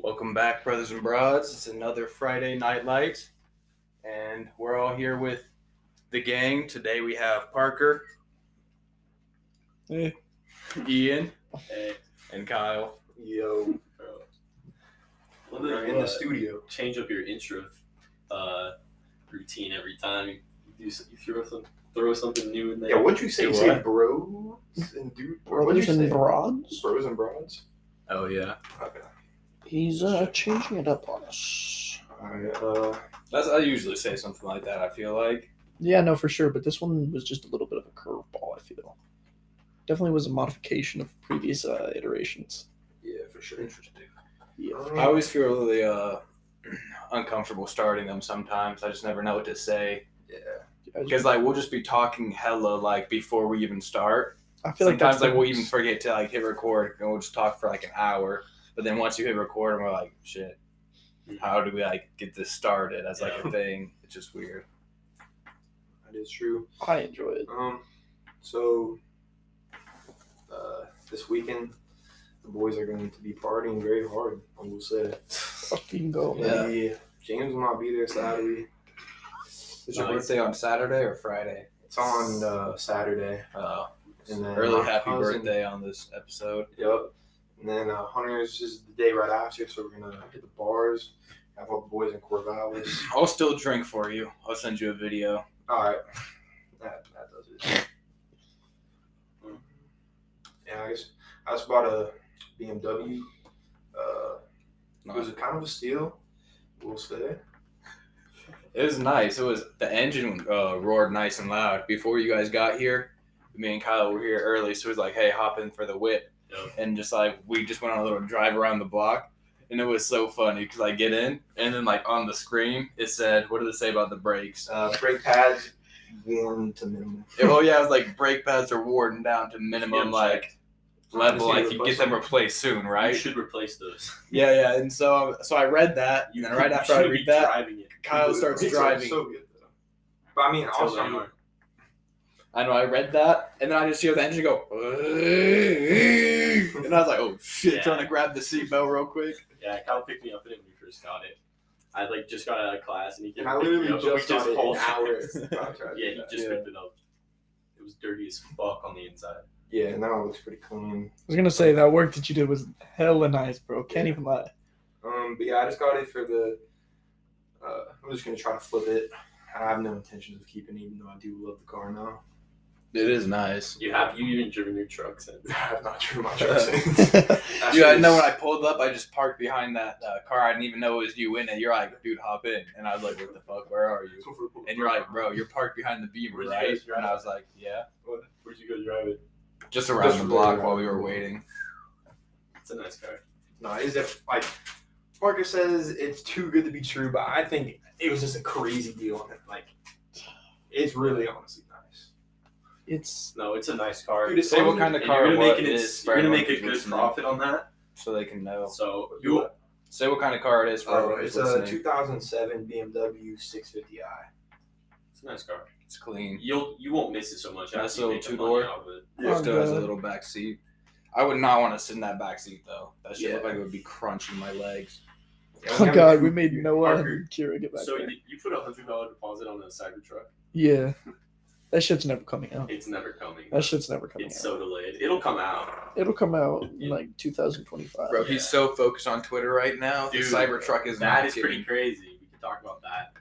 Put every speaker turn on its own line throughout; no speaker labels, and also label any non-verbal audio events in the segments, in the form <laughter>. Welcome back, brothers and broads. It's another Friday Night Light, and we're all here with the gang. Today we have Parker,
Hey.
Ian,
Hey,
and Kyle.
Yo,
bro. Love
we're
that you,
in the
uh,
studio.
change up your intro uh, routine every time you, do, s- you throw, some, throw something new in there.
Yeah, what'd you say?
Do
You say
what?
bros and dude. What'd you
Brothers
say?
and broads.
bros and broads.
Oh yeah,
Okay.
He's uh, changing it up on us.
Alright, uh,
that's I usually say something like that. I feel like
Yeah, no, for sure. But this one was just a little bit of a curveball. I feel definitely was a modification of previous uh, iterations.
yeah, for sure. Interesting. I
um,
always feel really uh, <clears throat> uncomfortable starting them sometimes. I just never know what to say
yeah.
I, just-
because like we'll just be talking hella like before we even start.
I feel like
sometimes
that's
like
the
we'll even
worst.
forget to like hit record and we'll just talk for like an hour. But then once you hit record and we're like, shit, how do we like get this started as like a
Yeah.
thing? It's just weird.
That is true.
I enjoy it.
Um, so uh, this weekend the boys are going to be partying very hard. I will say.
Fucking go, <laughs> man.
Yeah.
Maybe James will not be there Saturday.
Is your
Nice.
birthday on Saturday or Friday?
It's on uh, Saturday.
Oh,
And then
early
my
happy
cousin-
birthday on this episode.
Yep. And then uh, Hunter's is the day right after, so we're gonna hit the bars, have all the boys in Corvallis.
I'll still drink for you. I'll send you a video.
All right. That, that does it. Mm. Yeah, I guess I just bought a BMW. Uh, it was a kind of a steal, we'll say.
It was nice. It was the engine uh, roared nice and loud before you guys got here. Me and Kyle were here early, so it was like, "Hey, hop in for the whip,"
Yep.
and just like we just went on a little drive around the block, and it was so funny because I get in, and then like on the screen it said, "What did it say about the brakes?"
Uh, brake pads worn to minimum.
oh yeah, it was like brake pads are worn down to minimum
Yeah,
like level, like you get them
Replace
replaced soon,
You
right?
should replace those. <laughs>
Yeah, yeah. And so, so I read that, and then right
You
after I
should be
read that,
driving it.
Kyle
Dude,
starts
these are
driving.
So good, though. But I mean,
That's
also,
how
I'm
they
like,
are.
I know I read that, and then I just hear the engine go, and I was like, "Oh shit!"
Yeah.
Trying to grab the seatbelt real quick.
Yeah, Kyle picked me up in it when we first got it. I like just got out of class and he came
and I
pick
literally
me up, and we
just got it
hauled-
an hour.
Yeah, he just
Yeah.
picked it up. It was dirty as fuck on the inside.
yeah, now it looks pretty clean.
I was gonna say that work that you did was hella nice, bro. Can't even <laughs> lie.
Um, but yeah, I just got it for the. Uh, I'm just gonna try to flip it. I have no intentions of keeping, it, even though I do love the car now. <laughs>
It is nice.
You have you even driven your truck since?
I have not driven my
<laughs>
truck since. That
Dude, I
shit
know
is-
when I pulled up, I just parked behind that uh, car. I didn't even know it was you in it. You're like, "Dude, hop in," and I was like, "What the fuck? Where are you?" And you're like, "Bro, you're parked behind the Beamer,
Where'd you
right?"
guys drive?
And I was like, "Yeah."
Where'd you go drive it?
Just around
Just
the block
really
while we were
around.
waiting.
It's a nice car.
No, is it like Parker says it's too good to be true, but I think it was just a crazy deal on it. Like, it's really honestly nice.
It's
No, it's a nice car.
Dude, it's
Say what kind of
And
car
you're
it
gonna make
was,
it,
is for
you're gonna
everyone
make a
who's
good
listening,
profit on that.
so they can know.
So
You-
you
uh,
Say what kind of car it is for everyone who's
Oh, it's a
listening.
2007 BMW 650i.
Oh,
it's a nice car.
It's clean.
You'll you won't miss it so much.
Nice
after you
little
make the
two-door.
money out of it.
It
Oh,
still has a
God.
little back seat. I would not want to sit in that back seat though. That shit
Yeah.
looked like it would be crunching my legs.
Yeah, we
oh
have a
god,
coupe
we made
here.
Noah
Parker,
and Kira get back
So
there.
you, you put a hundred dollar deposit on a Cybertruck.
Yeah, that shit's never coming out.
It's never coming.
That shit's never coming
it's
out.
so delayed. It'll come out.
It'll come out in
Yeah.
like 2025.
Bro,
Yeah.
he's so focused on Twitter right now.
Dude,
the Cybertruck is
that
not
is
getting-
pretty crazy. We could talk about that.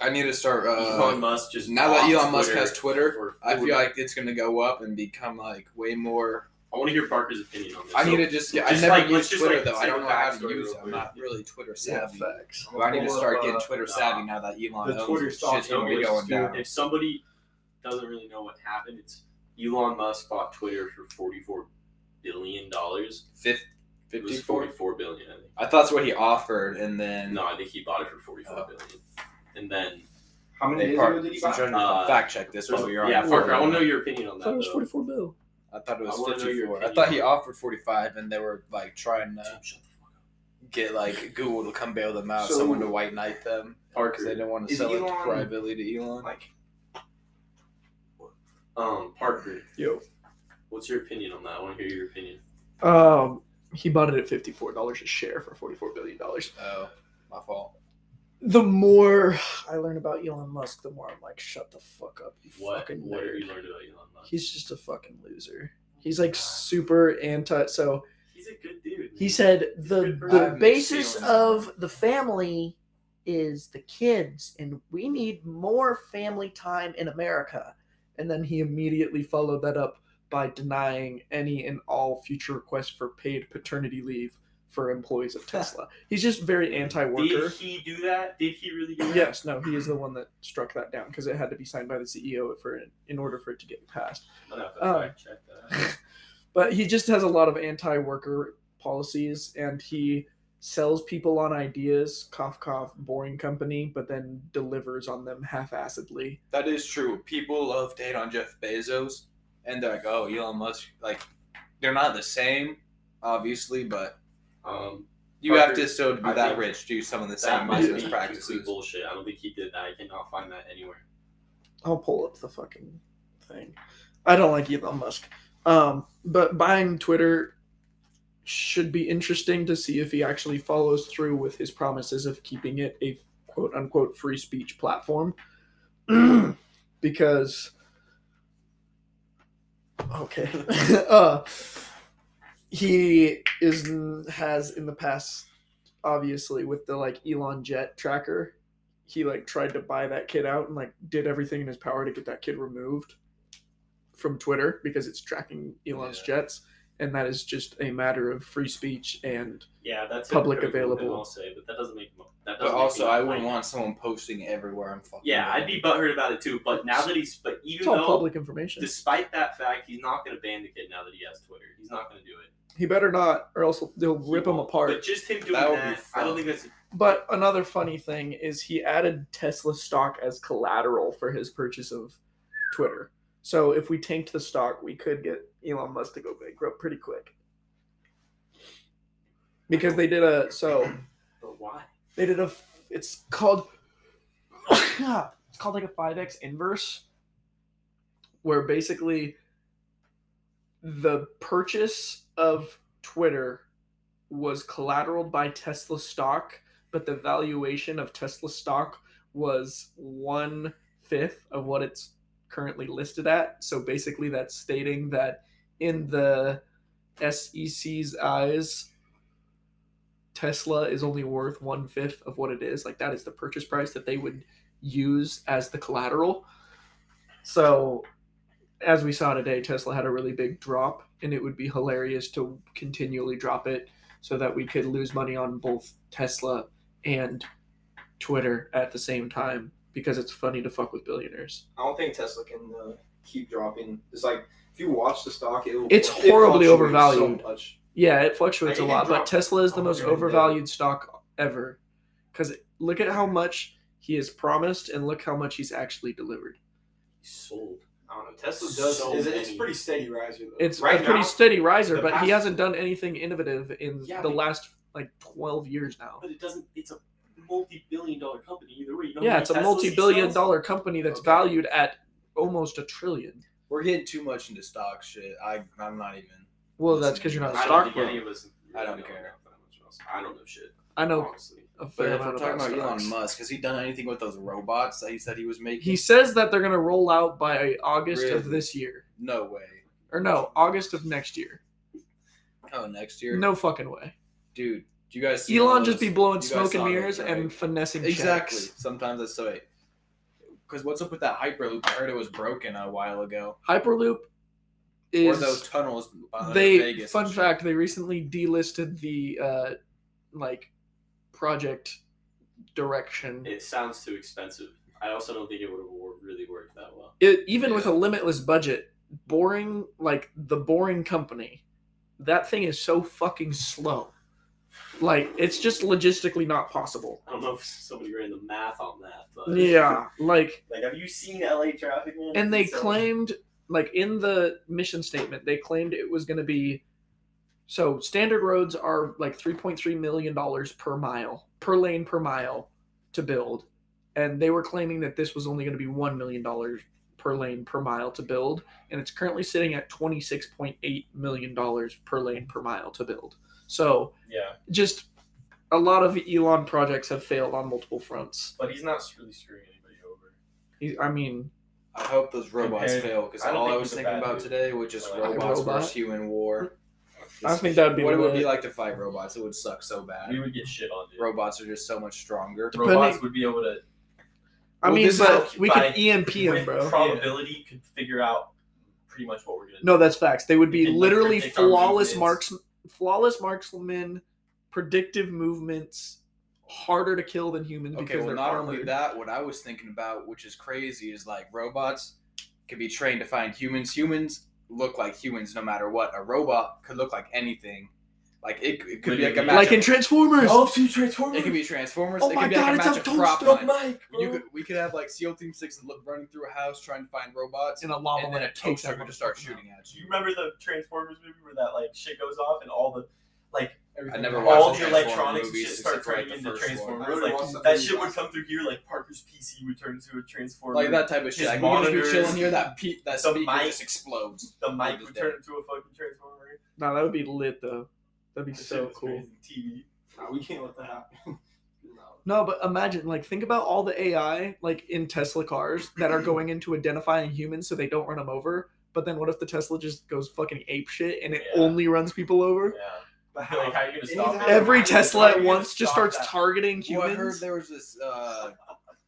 I need to start.
Elon
Uh,
Musk just
now that
bought
Elon Musk has Twitter,
for
I feel
40
like it's gonna go up and become like way more.
I want to hear Parker's opinion on this.
I need
So-
to just. get I
just
never
like-
use
let's just,
Twitter
like,
though. I
say
don't
the
know how to
backstory
use it.
real
I'm
quick.
not really Twitter
yeah,
savvy.
facts.
But I need to
Pull up,
start
uh,
getting Twitter
nah.
savvy now that Elon
The
owns
Twitter
it.
stock
Shit's gonna be
numbers,
going
dude.
down.
If somebody doesn't really know what happened, it's Elon Musk bought Twitter for forty-four billion dollars.
Fif-
It was
54?
forty-four billion, I think.
I thought that's what he offered, and then
No, I think he bought it for forty-four
Oh.
billion. And then,
How many
Hey,
days
Park,
ago did he
since
buy?
you're
it?
on your phone,
Uh,
fact check this while you're on.
yeah,
your
Parker,
phone.
I want to know your opinion on
I
that.
thought it was
though.
44 bill.
I thought it
I wanna
was
know your
54. I
opinion.
thought he offered 45, and they were like trying to
Dude, shut the fuck up.
get like Google to come bail them out,
So-
someone to white knight them because
Parker,
they didn't want to
Is
sell it
Elon-
privately to Elon.
Like,
um, Parker,
Yo.
um, what's your opinion on that? I want to hear your opinion.
Um, He bought it at fifty four dollars a share for forty four billion dollars.
Oh, my fault.
The more I learn about Elon Musk, the more I'm like, shut the fuck up, you
What
fucking
what have
nerd.
you learned about Elon Musk?
He's just a fucking loser. He's like super anti. So
He's a good dude.
He
man.
said the
Good for
him.
the
I've mixed
basis
feelings.
of the family is the kids, and we need more family time in America. And then he immediately followed that up by denying any and all future requests for paid paternity leave for employees of
<laughs>
Tesla. He's just very
Did
anti-worker.
he do that? Did he really do that?
Yes, no, he is the one that struck that down because it had to be signed by the CEO for it, in order for it to get passed.
I'm gonna have to
Oh.
fact check that.
<laughs> But he just has a lot of anti-worker policies, and he sells people on ideas, cough cough, boring company, but then delivers on them half-assedly.
That is true. People love to hate on Jeff Bezos, and they're like, "Oh, Elon Musk." Like, they're not the same, obviously, but
Um,
you
Parker,
have to still be
I
that
think
rich to do some of the
that
same
might
business
be complete
practices.
bullshit. I don't think he did that. I cannot find that anywhere.
I'll pull up the fucking thing. I don't like Elon Musk, um, but buying Twitter should be interesting to see if he actually follows through with his promises of keeping it a quote unquote free speech platform, <clears throat> because okay, <laughs> uh, he is has in the past obviously with the like Elon Jet tracker he like tried to buy that kid out and like did everything in his power to get that kid removed from Twitter because it's tracking Elon's jets and that is just a matter of free speech and
Yeah, that's a
Public
critical thing
available.
I'll say, but that doesn't make him. a- That doesn't
But
make
also,
him a
I wouldn't
white-
want someone posting everywhere I'm fucking.
Yeah,
going.
I'd be butthurt about it too. But now that he's, but even
it's all
though,
public information.
despite that fact, he's not going to ban the kid now that he has Twitter. He's not going to do it.
He better not or else they'll
He
rip him
won't. But
apart.
just him doing
That
that,
would be
I don't
fun.
think that's.
But another funny thing is he added Tesla stock as collateral for his purchase of Twitter. So if we tanked the stock, we could get Elon Musk to go bankrupt pretty quick. Because they did a so
But why?
They did a. It's called. <coughs> it's called like a five x inverse, where basically the purchase of Twitter was collateral by Tesla stock, but the valuation of Tesla stock was one fifth of what it's currently listed at. So basically, that's stating that in the SEC's eyes, Tesla is only worth one fifth of what it is. Like that is the purchase price that they would use as the collateral. So, as we saw today, Tesla had a really big drop, and it would be hilarious to continually drop it so that we could lose money on both Tesla and Twitter at the same time because it's funny to fuck with billionaires.
I don't think Tesla can uh, keep dropping. It's like if you watch the stock, it will,
It's
it
horribly
fluctuates
overvalued.
So much.
Yeah, it fluctuates a
It
lot, but
dropped
Tesla is the most
100 and
overvalued stock ever. Because look at how much he has promised and look how much he's actually delivered.
He's sold.
I don't know. Tesla does.
So
is, it's
many.
pretty steady riser. Though.
It's
right
a pretty
now,
steady riser,
the
but
past-
he hasn't done anything innovative in
Yeah,
the
but-
last like 12 years now.
But it doesn't. It's a multi-billion-dollar company either way. You know how
Yeah,
many
it's a
Teslas he
multi billion
sells?
dollar company that's
Okay.
valued at almost a trillion.
We're getting too much into stock shit. I, I'm not even.
Well,
Listen,
that's because you're not a
I don't think
stockbroker.
any of us.
I don't
know
care.
enough about much else. I don't know shit.
I know
Honestly,
a
But
fair
if we're
amount
talking about
about stocks.
Elon Musk, has he done anything with those robots that he said he was making?
He says that they're going to roll out by August of
Really?
this year.
no way.
Or no, August of next year.
Oh, next year,
No fucking way.
dude. Do you guys? see
Elon
those-
just be blowing
you guys
smoke and
saw those,
mirrors
right?
and finessing
Exactly.
checks.
Sometimes that's so. Because what's up with that Hyperloop? I heard it was broken a while ago.
Hyperloop
or those
is
tunnels by
they.
Vegas.
fun
and shit.
fact: they recently delisted the uh, like project direction.
it sounds too expensive. I also don't think it would have wor- really worked that well.
It, even with a
Yeah.
limitless budget, boring like the boring company, that thing is so fucking slow. Like it's just logistically not
<laughs>
possible.
I don't know if somebody ran the math on that, but
Yeah, like
<laughs> Like, have you seen LA traffic? Man?
and they
It's insane.
claimed like in the mission statement they claimed it was going to be so standard roads are like 3.3 million dollars per mile per lane per mile to build and they were claiming that this was only going to be 1 million dollars per lane per mile to build and it's currently sitting at 26.8 million dollars per lane per mile to build So
Yeah,
just a lot of Elon projects have failed on multiple fronts.
but he's not really screwing anybody over.
He, I mean,
I hope those robots
Compared-
fail because
I don't
all I
think he's
was
a
thinking
bad
about
dude.
today was just
Like,
robots
robot?
versus human war.
I think that would be
what it would
lit.
be like to fight robots. It would suck so bad.
We would get shit on, dude.
Robots are just so much stronger.
Robots would be able to,
I
Well,
mean,
this is
but
how-
we
by-
could E EMP him,
with
bro.
probability, could figure out pretty much what we're gonna.
No, that's facts. They would be
They can
literally
predict our
flawless
movements.
marks, flawless marksmen, predictive movements, harder to kill than humans
Okay,
because
well,
they're
not
armored.
only that, what I was thinking about, which is crazy, is like robots can be trained to find humans. Humans look like humans no matter what. A robot could look like anything. Like it, it could be like a
Literally.
match.
like in Transformers.
Oh, see, Transformers.
it could be Transformers.
Oh
it
my
could be
God,
like
it's
a match
a
of crop line.
toaster.
Mike.
You could, we could have like SEAL Team Six look running through a house trying to find robots,
<laughs> in a lava
and then a
lamp takes
toaster
that
would just start
motherfucker out.
shooting at
Do
you.
you remember the Transformers movie where that like shit goes off and all the like
Oh.
I never watched
all
the
the
Transformer
electronics and
movies
shit start
except for, like,
turning
the
into
first one.
I
Transformers?
already
Like
watched that
that
movie
shit would
last
come through here, like Parker's PC would turn into a Transformer.
Like that type of shit. Like,
His
we could just
monitors,
be chilling here. That pe- that
the
speaker
mic.
just explodes.
The mic
just
would
did.
turn into a fucking Transformer.
No, that would be lit though. That'd be
That shit
so
was
cool.
crazy. TV.
No, we can't let that happen. <laughs> no.
No, but imagine, like, think about all the AI, like, in Tesla cars that are going into identifying humans so they don't run them over. But then what if the Tesla just goes fucking ape shit and it
Yeah.
only runs people over?
Yeah.
But how?
Like how you gonna
He's
stop
out.
it?
Every
How
Tesla
are
at
you gonna
once just
stop
starts
that?
targeting
Well, I heard
humans.
there was this uh,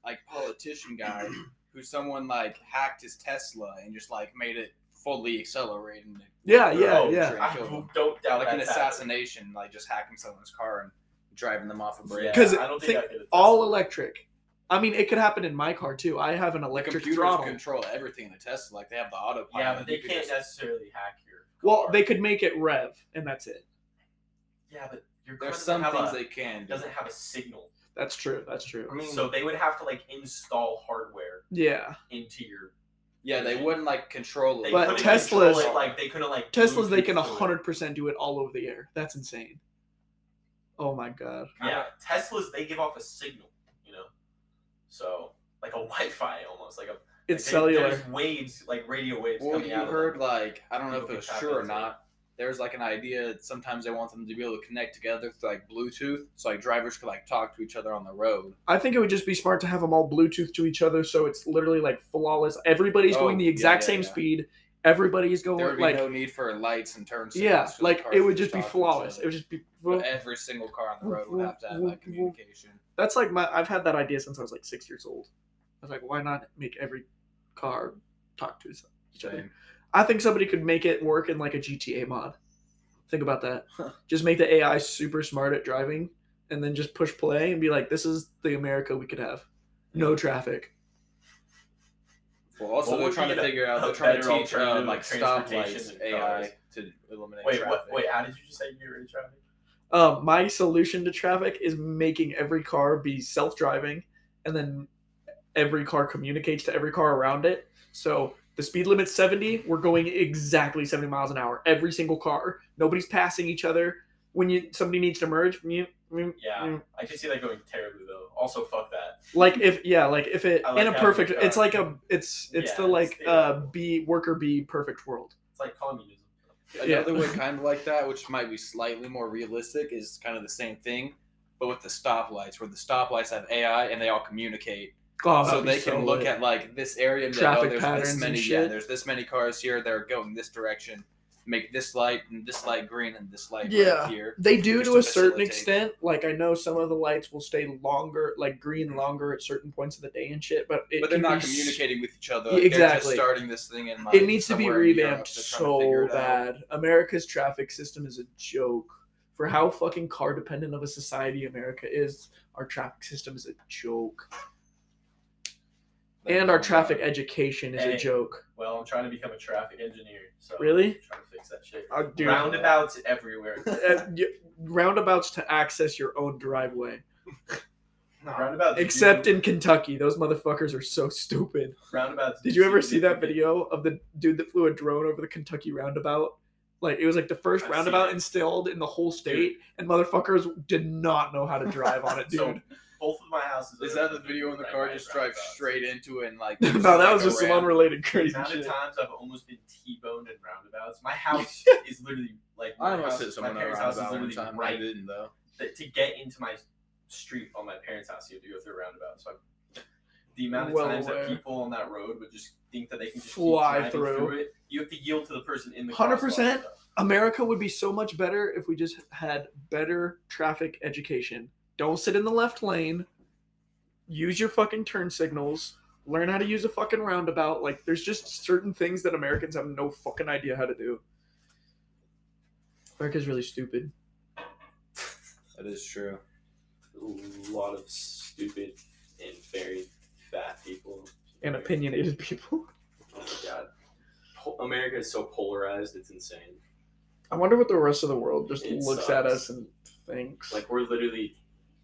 like politician guy who someone like hacked his Tesla and just like made it fully accelerate and it-
Yeah, yeah,
Oh,
yeah.
sure,
I
killed him.
don't doubt
Like an
that's happening.
assassination, like just hacking someone's car and driving them off a bridge.
Yeah,
'Cause
I don't think,
think
I could have
All
tested.
electric. I mean, it could happen in my car too. I have an
The
electric
computers
throttle.
control everything in the Tesla. Like they have the autopilot.
Yeah, but they
You could
can't
just-
necessarily hack your.
Well,
car.
they could make it rev, and that's it.
Yeah, but your car
There's
doesn't
some
have
things
a,
they can. Do.
doesn't have a signal,
That's true. That's true.
I mean,
so they would have to like install hardware
Yeah.
into your.
yeah, they wouldn't like control
They
it.
But
couldn't
Teslas-
control it, like they couldn't like
Teslas, they can
Bluetooth to it.
100% do it all over the air. That's insane. Oh my God.
Yeah, Teslas they give off a signal, you know, so like a Wi-Fi almost like a.
It's
like, they-
cellular.
There's waves like radio waves
Well,
coming
you
out.
heard
of
like I don't know if
People
it was
can tap
true or
into it.
not. There's like an idea. that Sometimes they want them to be able to connect together through like Bluetooth, so like drivers could like talk to each other on the road.
I think it would just be smart to have them all Bluetooth to each other, so it's literally like flawless. Everybody's
Oh,
going the
yeah,
exact
yeah,
same
yeah.
speed. Everybody's
There would
going
be
like
no need for lights and turn signals.
yeah,
'cause the
like
cars
it would
just
just be
talk to each
flawless.
other.
It would just be.
But
Well,
every single car on the road would have to have that communication.
that's like my. I've had that idea since I was like six years old. I was like, why not make every car talk to each other?
Same.
I think somebody could make it work in like a GTA mod. Think about that.
Huh.
Just make the AI super smart at driving, and then just push play and be like, this is the America we could have. No traffic.
Well, also
What
they're
would
trying
be
to
the-
figure out.
a
They're trying to
better
teach uh,
alternative
like
to transportation
stoplights
and
AI
cars?
to eliminate
It. Wait,
traffic.
what, wait, how did you just say you were in traffic?
Um, my solution to traffic is making every car be self-driving, and then every car communicates to every car around it. So the speed limit's 70. We're going exactly 70 miles an hour. Every single car. Nobody's passing each other. When you somebody needs to merge, meow, meow,
Yeah,
meow.
I could see that going terribly though. Also, fuck that.
like if yeah, like if it
I like
in a
having
perfect.
a car.
It's like a it's it's
Yeah,
the
it's
like
the-
uh B worker B perfect world.
It's like communism.
Yeah.
Another way, kind of like that, which might be slightly more realistic, is kind of the same thing, but with the stoplights, where the stoplights have AI and they all communicate,
Oh,
so
that'd be
they can look
lit.
at like this area and be
Traffic
like, oh, there's
patterns
this
and
many, yeah,
shit.
there's this many cars here, they're going this direction, make this light and this light green and this light
Yeah.
right here.
They do
just
to
to
a certain
facilitate.
extent. Like I know some of the lights will stay longer, like green longer at certain points of the day and shit. But it
But they're
can
not
be s-
communicating with each other.
Yeah,
Like, They're just
exactly.
starting this thing in like
It needs to be
somewhere in Europe,
revamped
they're trying to figure
so
it out.
bad. America's traffic system is a joke. For how fucking car dependent of a society America is, our traffic system is a joke,
Like,
and our
oh my
traffic
God.
education is
Hey.
a joke.
Well, I'm trying to become a traffic engineer, so
Really?
trying to fix that shit.
Uh, dude,
Round-
Roundabouts
<laughs>
everywhere.
uh, y- roundabouts to access your own driveway,
No.
Roundabouts.
except
do,
in Kentucky. Those motherfuckers are so stupid.
roundabouts.
Did
do
you ever see that
significant-
video of the dude that flew a drone over the Kentucky roundabout? Like it was like the 1st
I've seen
roundabout
it. <laughs>
installed in the whole state, and motherfuckers did not know how to drive on it, dude.
So, both of my houses.
Is
are
that the
open
video in the
right
car?
by
Just drive
roundabouts.
straight into it and like.
no, that
like,
was just
a
some
ramp.
unrelated
The
<laughs> crazy
amount
shit.
of times I've almost been T-boned in roundabouts.
<laughs>
My house is literally like
I
my,
almost
house,
hit
my
someone
parents'
around
house
about
is
one
literally
time. I
right
didn't though.
that to get into my street on my parents' house, you have to go through a roundabout. So I- the amount of
Well
times
aware.
that people on that road would just think that they can just keep
Fly
driving
through.
it, you have to yield to the person in the
100%.
crosswalk, though.
America would be so much better if we just had better traffic education. Don't sit in the left lane. Use your fucking turn signals. Learn how to use a fucking roundabout. Like, there's just certain things that Americans have no fucking idea how to do. America's really stupid.
That is true.
a lot of stupid and very fat people.
And opinionated <laughs> people.
Oh my god. Po- America is so polarized, it's insane.
I wonder what the rest of the world just
It
looks at
sucks.
us and thinks. Like,
Like we're literally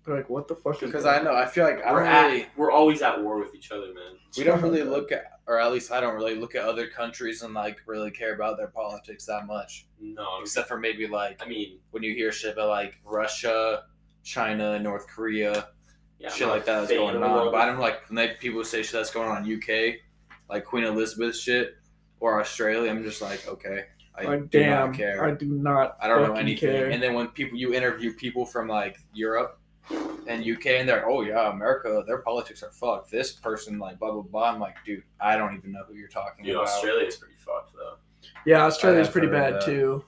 they're like, what the fuck is
Because
that?
I know I feel like I
we're,
don't really.
at, we're always at war with each other, man.
We don't really look at, or at least I don't really look at other countries and like really care about their politics that much,
No,
except for maybe like
I mean,
when you hear shit about like Russia, China, North Korea,
yeah,
shit like that that's going on. But I don't like when they, people say shit that's going on in UK, like Queen Elizabeth shit, or Australia. I'm just like, okay, I
Like,
do
damn,
not care.
I do not.
I don't know
fucking
anything.
care.
And then when people you interview people from like Europe and UK, and they're oh yeah, America, their politics are fucked. This person like blah blah blah. I'm like, dude, I don't even know who you're talking
Dude,
about.
Australia is pretty fucked though.
yeah, Australia's
have
pretty
heard of
bad
that.
too.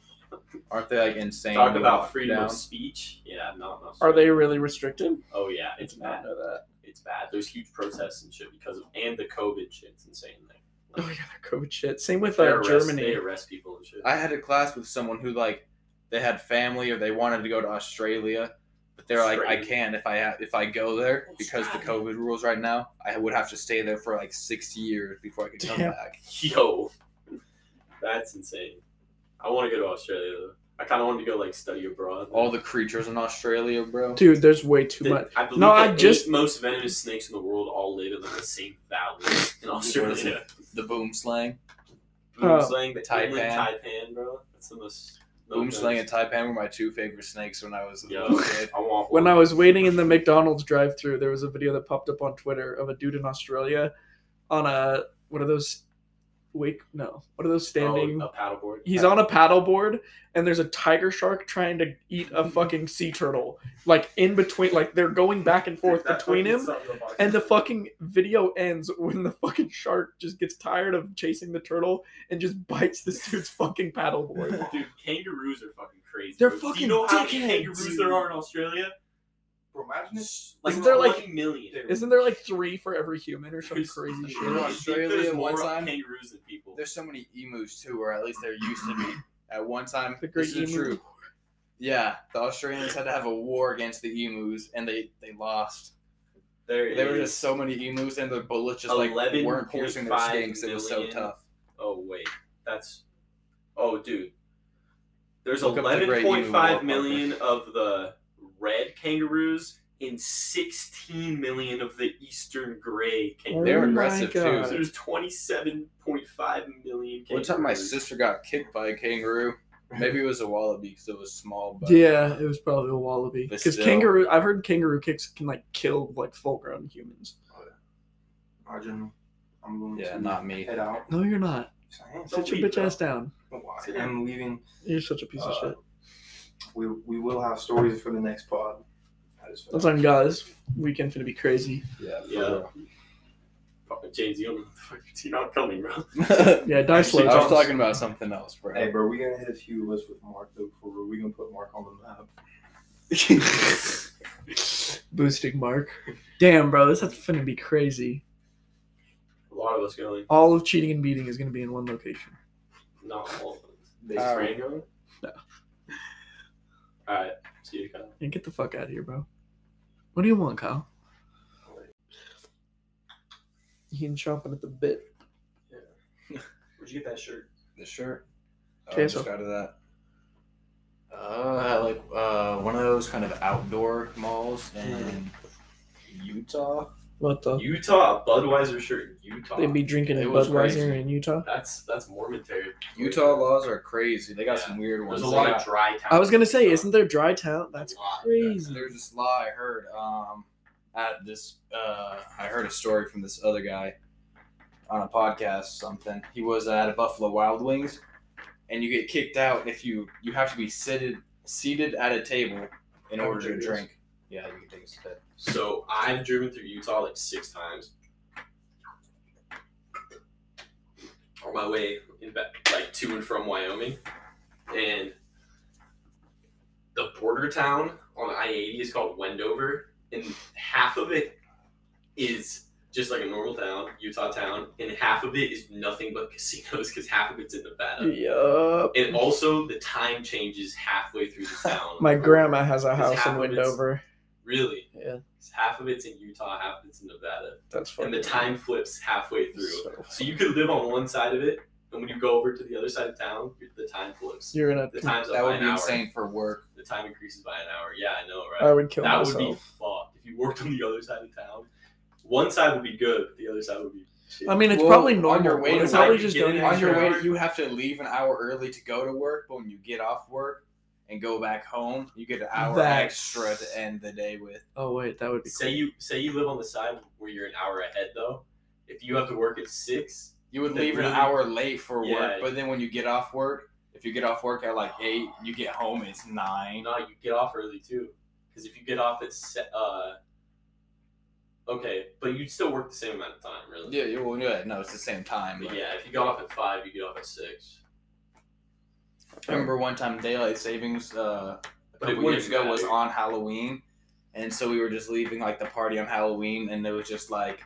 Aren't they like insane?
Talk about freedom
down?
of speech. Yeah, not in
Are
Australia.
they really restricted?
Oh yeah, it's
Did not
bad.
know that.
It's bad. There's huge protests and shit because of and the COVID shit's insane. Like,
Oh yeah, their COVID shit. Same with
they
uh,
arrest, They
Germany.
arrest people and shit.
I had a class with someone who like they had family or they wanted to go to Australia, but they're like, I
Australia.
can't if I ha- if I go there because the COVID rules right now. I would have to stay there for like six years before I could come
Damn.
back.
Yo, <laughs> that's insane. I want to go to Australia though. I kind of want to go like study abroad.
All the creatures in Australia, bro.
Dude, there's way too
The-
much.
I believe
No,
the
I
eight
just-
most venomous snakes in the world all live in like, the same
<laughs>
valley in Australia.
The boom slang.
<laughs> Boom
Oh.
slang, the Thailand,
Taipan.
Taipan, bro. That's the most.
Boomslang and Taipan were my two favorite snakes when I was a
Yo,
little
<laughs>
kid.
I want
When I
one.
was waiting in the McDonald's drive-through, there was a video that popped up on Twitter of a dude in Australia on a what are those wake no what are those standing
oh, a paddleboard.
He's on a paddleboard, and there's a tiger shark trying to eat
<laughs>
a fucking sea turtle. Like in between, like they're going back and forth between him. And the fucking video ends when the fucking shark just gets tired of chasing the turtle and just bites
<laughs>
this dude's fucking paddleboard.
Dude, kangaroos are fucking crazy.
They're
bro. Do
fucking
you know how many
dickheads,
kangaroos
dude.
there are in Australia?
Bro, imagine if
Like
Isn't there, like-
one million. <laughs>
Dude,
Isn't there like three for every human or some
There's-
crazy
dude,
In
shit?
I think there's
Australia,
more
one time-
kangaroos than people.
There's so many emus too, or at least there used to be. At one time,
The great
this is
emu.
true. Yeah, the Australians had to have a war against the emus, and they they lost.
There,
There were
is-
just so many emus, and the bullets just like weren't piercing their
11.5
skin because it was so
million.
tough.
Oh wait, that's. Oh dude, there's
Look up the Great
eleven
Emu
point five
Warpark.
million of the red kangaroos and sixteen million of the eastern gray kangaroos.
They were
Oh my
aggressive, too.
God.
So there's twenty-seven point five million.
One
Kangaroos.
time, my sister got kicked by a kangaroo. Maybe it was a wallaby because it was small. But
Yeah, it was probably a wallaby.
But
Because
still.
kangaroo, I've heard kangaroo kicks can like kill like full-grown humans.
imagine I'm going
yeah,
to
not me.
head out.
No, you're not.
Science.
Don't
Sit your
be,
bitch
bro.
ass down.
Why? I'm leaving.
You're such a piece of
Uh,
shit.
We, we will have stories for the next pod. That is
That's on guys. Weekend gonna be crazy.
Yeah, for
Yeah.
real.
Fucking James, you don't, you're not coming, bro.
<laughs> I
Yeah, die slow.
Actually,
was
Jones.
talking about something else, bro. <laughs>
Hey, bro, we gonna hit a few lists with Mark though. Before we gonna put Mark on the map.
Boosting Mark. Damn, bro, this is gonna be crazy.
A lot of us going.
All of cheating and beating is gonna be in one location.
Not all of us.
They
Uh,
Fran going?
No.
<laughs> All right. See you, Kyle.
And get the fuck out of here, bro. What do you want, Kyle? He and chomping at the bit.
Where'd you get that shirt?
The shirt. Oh,
Okay,
I just
so-
got of that. Uh, like uh, one of those kind of outdoor malls in Utah.
What the?
Utah Budweiser shirt. Utah.
They'd be drinking
It
in
was
Budweiser
crazy.
in Utah.
That's that's Mormon territory.
Utah laws are crazy. They got
Yeah.
some weird ones.
There's a
They
lot
got-
of dry towns.
I was gonna say,
in
isn't there dry town? That's
Utah.
crazy.
There's this law I heard. Um, at this. Uh, I heard a story from this other guy on a podcast. Something he was at a Buffalo Wild Wings, and you get kicked out if you you have to be seated seated at a table in
Oh,
Have a
order to
drink.
drink. Yeah, you can take a sip.
So I've driven through Utah like six times. On my way in back, like to and from Wyoming, and the border town on I eighty is called Wendover, and half of it is just like a normal town, Utah town, and half of it is nothing but <laughs> casinos because half of it's in Nevada.
Yup.
And also, the time changes halfway through the town.
My grandma has a
It's
house
half
in
of it's-
Wendover.
Really?
Yeah.
'Cause Half of it's in Utah, half of it's in Nevada.
That's funny.
And the time flips halfway through.
So-
So you could live on one side of it, and when you go over to the other side of town, the time flips.
you're gonna.
The time's up
That
by
would
an
be
hour.
insane for work.
The time increases by an hour. Yeah, I know, right?
I would kill
that
myself.
would be fucked. If you worked on the other side of town, one side would be good, but the other side would be shit.
I mean, it's
Well,
probably
on
normal.
your way
but
to
it's probably
work,
just
you get
going
in
On your way,
Sure.
you have to leave an hour early to go to work, but when you get off work and go back home, you get an hour
That's-
extra to end the day with.
Oh wait, that would be.
say you say you live on the side where you're an hour ahead though. If you have to work at six,
You would
That
leave an
really-
hour late for
Yeah.
work, but then when you get off work, if you get off work at like eight, you get home it's nine.
no, you get off early too. Because if you get off at se- uh, okay, but you'd still work the same amount of time, really.
Yeah, yeah, well, yeah, no, it's the same time.
But
but-
yeah, if you get off at five, you get off at six.
I remember one time daylight savings uh, a
But it
couple years
wouldn't
ago was
matter.
on Halloween, and so we were just leaving like the party on Halloween, and it was just like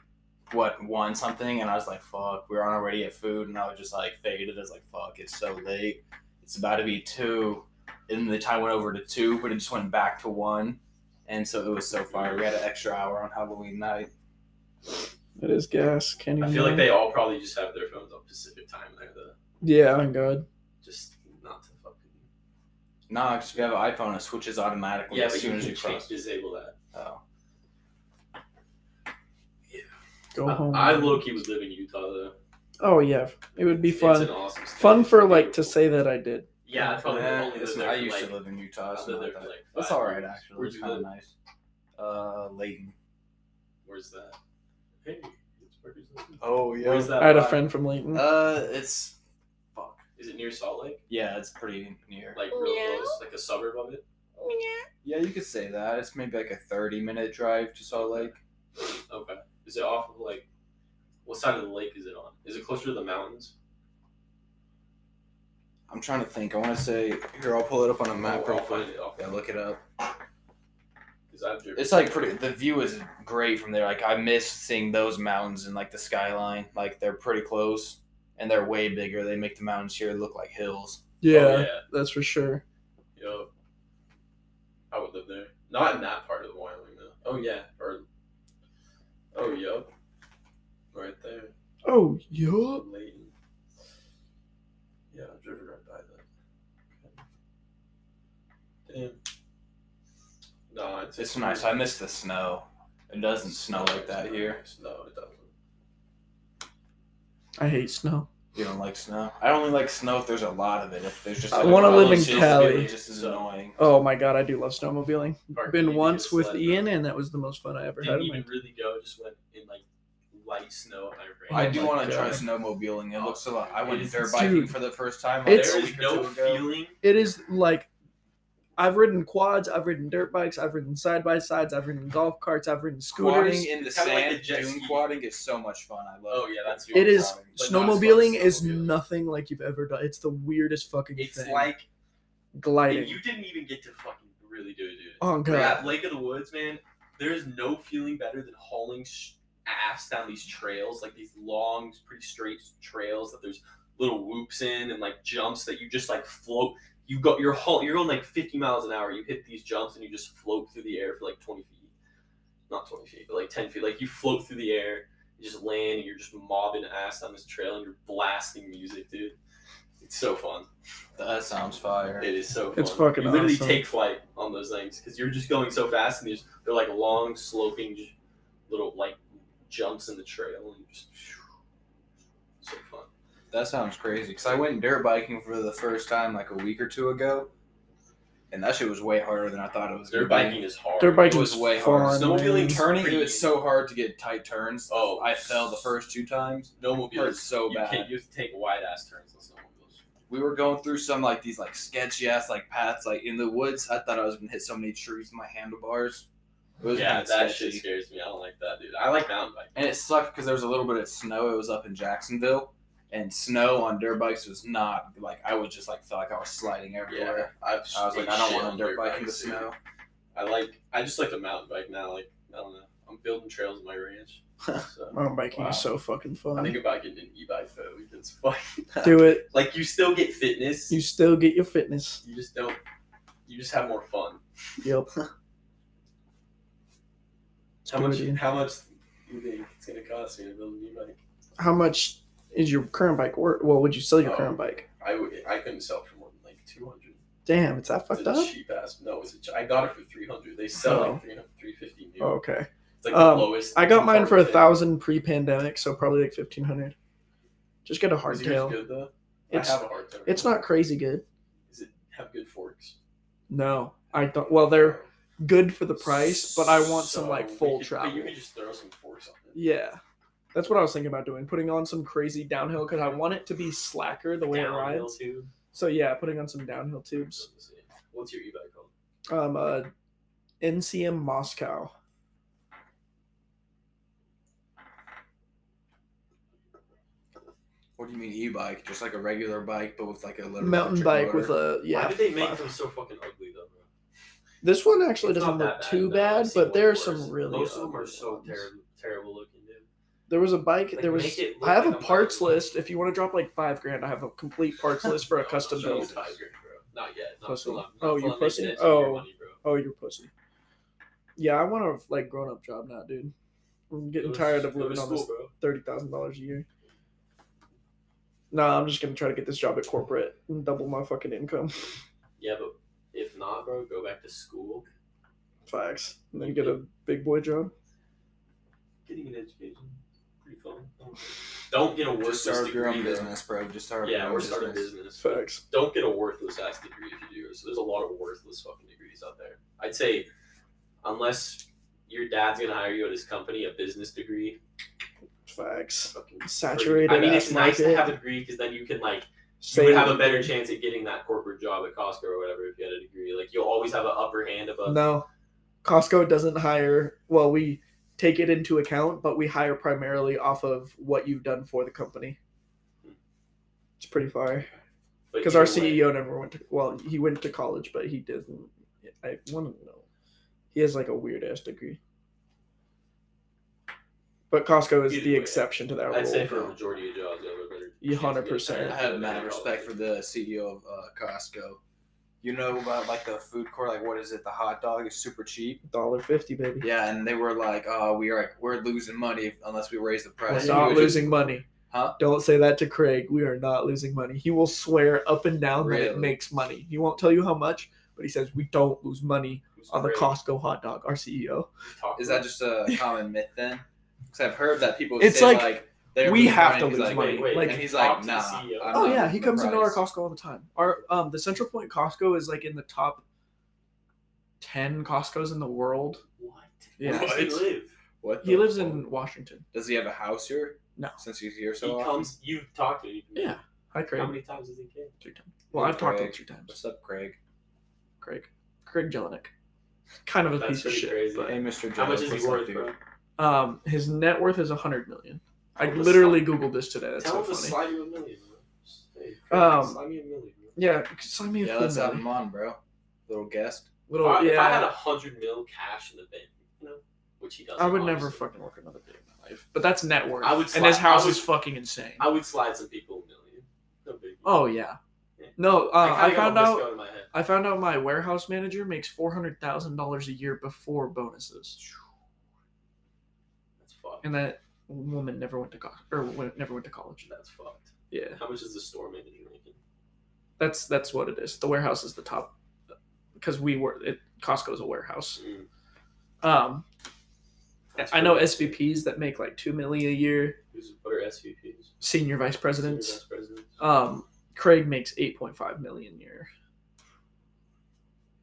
what one something, and I was like, "Fuck, we we're on already at food," and I was just like faded. I was like, "Fuck, it's so late. It's about to be two. and the time went over to two, but it just went back to one, and so it was so far. We had an extra hour on Halloween night.
It is gas. Can you?
I feel like
imagine?
they all probably just have their phones on Pacific time there, though.
Yeah, I'm good.
Just not to fucking.
Nah, 'cause if you have an iPhone, it switches automatically
Yeah,
as
but
soon
you
as
can
you
change,
cross.
disable that.
Oh.
Go home.
Uh, I, I low key would live in Utah though.
oh yeah, it would be
It's an
fun.
awesome state.
Fun for
It's
like to
beautiful.
say that I did.
Yeah, I'd probably
Yeah,
only live
it's-
there
I
for,
used
like,
to live in Utah.
I've
so
lived
not
there
that-
for like
That's
five
all right,
years.
actually.
Where'd
It's
you
kind of
live?
nice. Uh, Layton.
Where's that? Hey, it's Parker's living.
Oh
Where's that?
I had a
by?
friend from
oh,
Leighton.
Uh, it's fuck.
Is it near Salt Lake?
Yeah, it's pretty near.
Like real
Yeah.
close, like a suburb of it.
yeah, you could say that. It's maybe like a thirty-minute drive to Salt Lake.
Okay. Is it off of like? What side of the lake is it on? Is it closer to the mountains?
I'm trying to think. I want to say here. Oh, I'll pull it up on a map
I'll
real
Oh, find
quick.
it. I'll
Yeah,
find
look it up.
Because I've driven.
It's like pretty. The view is great from there. Like I miss seeing those mountains and like the skyline. Like they're pretty close and they're way bigger. They make the mountains here look like hills.
yeah,
Oh, yeah.
that's for sure.
Yo, I would live there. Not in that part of Wyoming though. Oh yeah, or oh yo, right there,
Oh yup.
Layton. Yeah, I've driven right by that. Damn. No, it's
It's nice. I miss the snow. It doesn't snow like
It's
that
not
here.
nice. No, it doesn't.
I hate snow.
You don't like snow? I only like snow if there's a lot of it. If there's just
I
like,
wanna
one
live in
little
Cali.
field, it just is annoying.
Oh my god, I do love snowmobiling.
Parker, you
Been
need to
once
get a
with
sled,
Ian,
bro.
and that was the most fun I ever had.
Didn't
in my-
even really go. Just went in like light snow and I ran.
I
Oh
do
my
want to try
God.
snowmobiling. It looks a lot. I went
It's-
dirt biking
dude,
for the first time. Like,
There
It's-
a
is
week or
no
two ago.
feeling.
It is like I've ridden quads, I've ridden dirt bikes, I've ridden side by sides, I've ridden golf carts, I've ridden scooters.
Quadding in the
It's kinda
sand,
like the jet
dune
ski.
quadding is so much fun. I love.
Oh, yeah, that's
dune
It is-
quadding.
But not as fun as
Snowmobiling is
snowmobiling.
nothing like you've ever done. It's the weirdest fucking
It's
thing.
like
gliding.
And you didn't even get to fucking really do it, dude.
oh
Like,
god.
at Lake of the Woods, man, there is no feeling better than hauling sh- ass down these trails, like these long, pretty straight trails that there's little whoops in and like jumps that you just like float. You go, you're haul, you're going like 50 miles an hour. You hit these jumps and you just float through the air for like 20 feet, not 20 feet, but like 10 feet. Like you float through the air, you just land, and you're just mobbing ass down this trail and you're blasting music, dude. It's so fun.
That sounds fire.
It is so. Fun.
It's fucking
You literally
awesome.
take flight on those things because you're just going so fast, and there's they're like long, sloping, j- little like jumps in the trail, and just so fun.
That sounds crazy. Cause I went dirt biking for the first time like a week or two ago, and that shit was way harder than I thought it was.
Dirt
gonna be.
biking is hard.
Dirt biking
was
is
way
fun.
hard.
Snowmobiling
It's
Turning,
pretty
it was
easy.
so hard to get tight turns.
Oh,
I fell the first two times.
No
It was so
you
bad.
Can't, you have to take wide ass turns on snowmobiles.
We were going through some like these like sketchy ass like paths like in the woods. I thought I was gonna hit so many trees with my handlebars. It was
yeah,
kinda
that
sketchy.
shit scares me. I don't like that, dude. I like mountain biking.
and it sucked because there was a little bit of snow. It was up in Jacksonville, and snow on dirt bikes was not like I would just like felt like I was sliding everywhere.
I've
I was like,
ate
I don't
shit
want
on
to dirt bike in the
bikes, dude.
snow.
I like. I just like the mountain bike now. Like I don't know. I'm building trails in
<laughs>
my ranch. So
Mountain biking
Wow.
is so fucking
I
fun.
think about getting an e-bike though because fuck,
Do it.
like you still get fitness.
You still get your fitness.
You just don't. You just have more fun. <laughs>
Yep.
How
do it
much?
again.
How much? do You think it's gonna cost me to build an e-bike?
How much is your current bike worth? Well, would you sell your
Oh.
current bike?
I would. I couldn't sell it for more than like two hundred.
Damn, it's that
It's
fucked
a
up.
cheap ass. No, it's a ch- I got it for three hundred. They sell
Oh.
like 300, 350 new.
Oh, okay.
It's like the
Um,
lowest.
I got mine for a
hardtail.
thousand pre-pandemic, so probably like fifteen hundred. Just get a
Is yours
hardtail.
Good though.
It's
I have a hardtail.
it's not crazy good.
Is it have good forks?
No, I don't. Well, they're good for the price, but I want some
So,
like full
we could-
travel.
But you could just throw some forks on it.
Yeah. That's what I was thinking about doing, putting on some crazy downhill because I want it to be slacker the way it
Downhill
rides.
tube.
So yeah, putting on some downhill tubes.
What's your e-bike called?
Um, uh, NCM Moscow.
What do you mean e-bike? Just like a regular bike, but with like a little
Mountain
electric
bike
motor?
with a
Why
yeah.
did they make
five.
them so fucking ugly though, bro?
This one actually
It's
doesn't
not
look
that
too
though. I've
bad,
seen
but
way
there are some
worse.
really.
Most of them are
ugly
so
ones.
terrible, terrible looking, dude.
There was a bike.
Like,
there was.
make it look
I have
like
a
I'm
parts
riding-
list. If you want to drop like five grand, I have a complete parts list
<laughs>
for a
No,
custom
no, no,
build.
it's Five grand, bro. Not yet. Not
Pussy.
till I'm-
Oh,
not till
you
I'm making
pussy?
it to your
Oh.
money, bro.
Oh, you're pussy. Yeah, I want a like grown up job now, dude. I'm
Go
getting
to-
tired of
go to
living on this
school, bro.
thirty thousand dollars a year. No, I'm just gonna try to get this job at corporate and double my fucking income.
Yeah, but if not, bro, go back to school.
Facts. And then get a big boy job.
Getting an education, pretty fun. Don't get a
Just
worthless
start up
degree.
your own
bro.
business, bro. Just start up your
Yeah,
own
or
business.
start a business.
Facts.
Don't get a worthless ass degree if you do. So there's a lot of worthless fucking degrees out there. I'd say, unless your dad's gonna hire you at his company, a business degree,
Facts.
fucking.
Saturated.
I mean,
ass
it's nice to
market.
have a degree because then you can like you
Save-
would have a better chance at getting that corporate job at Costco or whatever if you had a degree. Like you'll always have an upper hand above.
No, Costco doesn't hire. Well, we take it into account, but we hire primarily off of what you've done for the company. It's pretty fire
but
because our E
either
CEO
way-
never went to. Well, he went to college, but he didn't. I want to know. He has like a weird ass degree. But Costco is
Either
the
way,
exception to that rule.
I'd say for a majority of jobs, you'll have a better.
You
chance of getting
100%.
hired
I
if you
have
a
mad
better
respect
job.
for the CEO of uh, Costco. You know about like the food court, like what is it? The hot dog is super cheap.
Dollar fifty, baby.
Yeah, and they were like, "Oh, we are we're losing money unless we raise the
We're
price." And
not
he was just-
losing money.
Huh?
Don't say that to Craig. We are not losing money. He will swear up and down that it
Really?
makes money. He won't tell you how much, but he says we don't lose money
Who's
on the
great?
Costco hot dog. Our E CEO.
Talk
Is that
about-
just a common myth then? Because I've heard that people
It's
say
like,
like, they're
we
losing
have
money,
to
and he's
lose
like,
money.
"Wait,
Like-
and he's like,
Talk to the E
nah.
CEO.
I'm
Oh
not
yeah,
losing
he
the
comes into our
price."
Costco all the time. Our um the Central Point Costco is like in the top ten Costco's in the world.
What?
Yeah.
Where does he
What?
live?
What
He
the
lives
fuck?
in Washington.
Does he have a house here?
No.
Since he's here
he
so often.
comes. You've talked to him.
Yeah. Hi Craig.
How many times has he came?
Three times. Well, I've talked to him
Craig.
three times.
What's up, Craig?
Craig. Craig Jelinek. <laughs> Kind of a
That's
piece of
pretty
shit.
crazy.
but-
Hey, Mr.
How much
Jones,
is
what's
he
up,
worth,
dude?
bro?
Um, his net worth is a hundred million. I
Tell him to
literally
slide-
googled this today. That's
Tell him
so
to
funny.
slide you a million, bro. Just, hey, Craig,
Um,
slide me a million, bro.
Yeah, sign me a
Yeah,
yeah,
let's have him on, bro. Little guest.
little.
um, if, I,
yeah,
if I had a hundred mil cash in the bank, you know, which he doesn't.
I would never
obviously,
fucking work another day in my life. But that's net worth.
I would
and his
slap- I
house
would-
is fucking insane.
I would slide some people a million. No big. deal.
oh yeah.
Yeah.
No, uh, I,
kinda got
found
a
out.
Wisco in my head.
I found out my warehouse manager makes four hundred thousand dollars a year before bonuses,
That's fucked.
and that woman never went to college or went, never went to college.
That's fucked.
Yeah,
How much is the store manager making?
that's that's what it is. The warehouse is the top because we were it, Costco's a warehouse.
Mm,
Um,
that's
I know
pretty-
SVPs that make like two million a year,
Who's what are SVPs?
senior vice
Senior
presidents. Uh,
vice presidents.
Um, Craig makes eight point five million a year.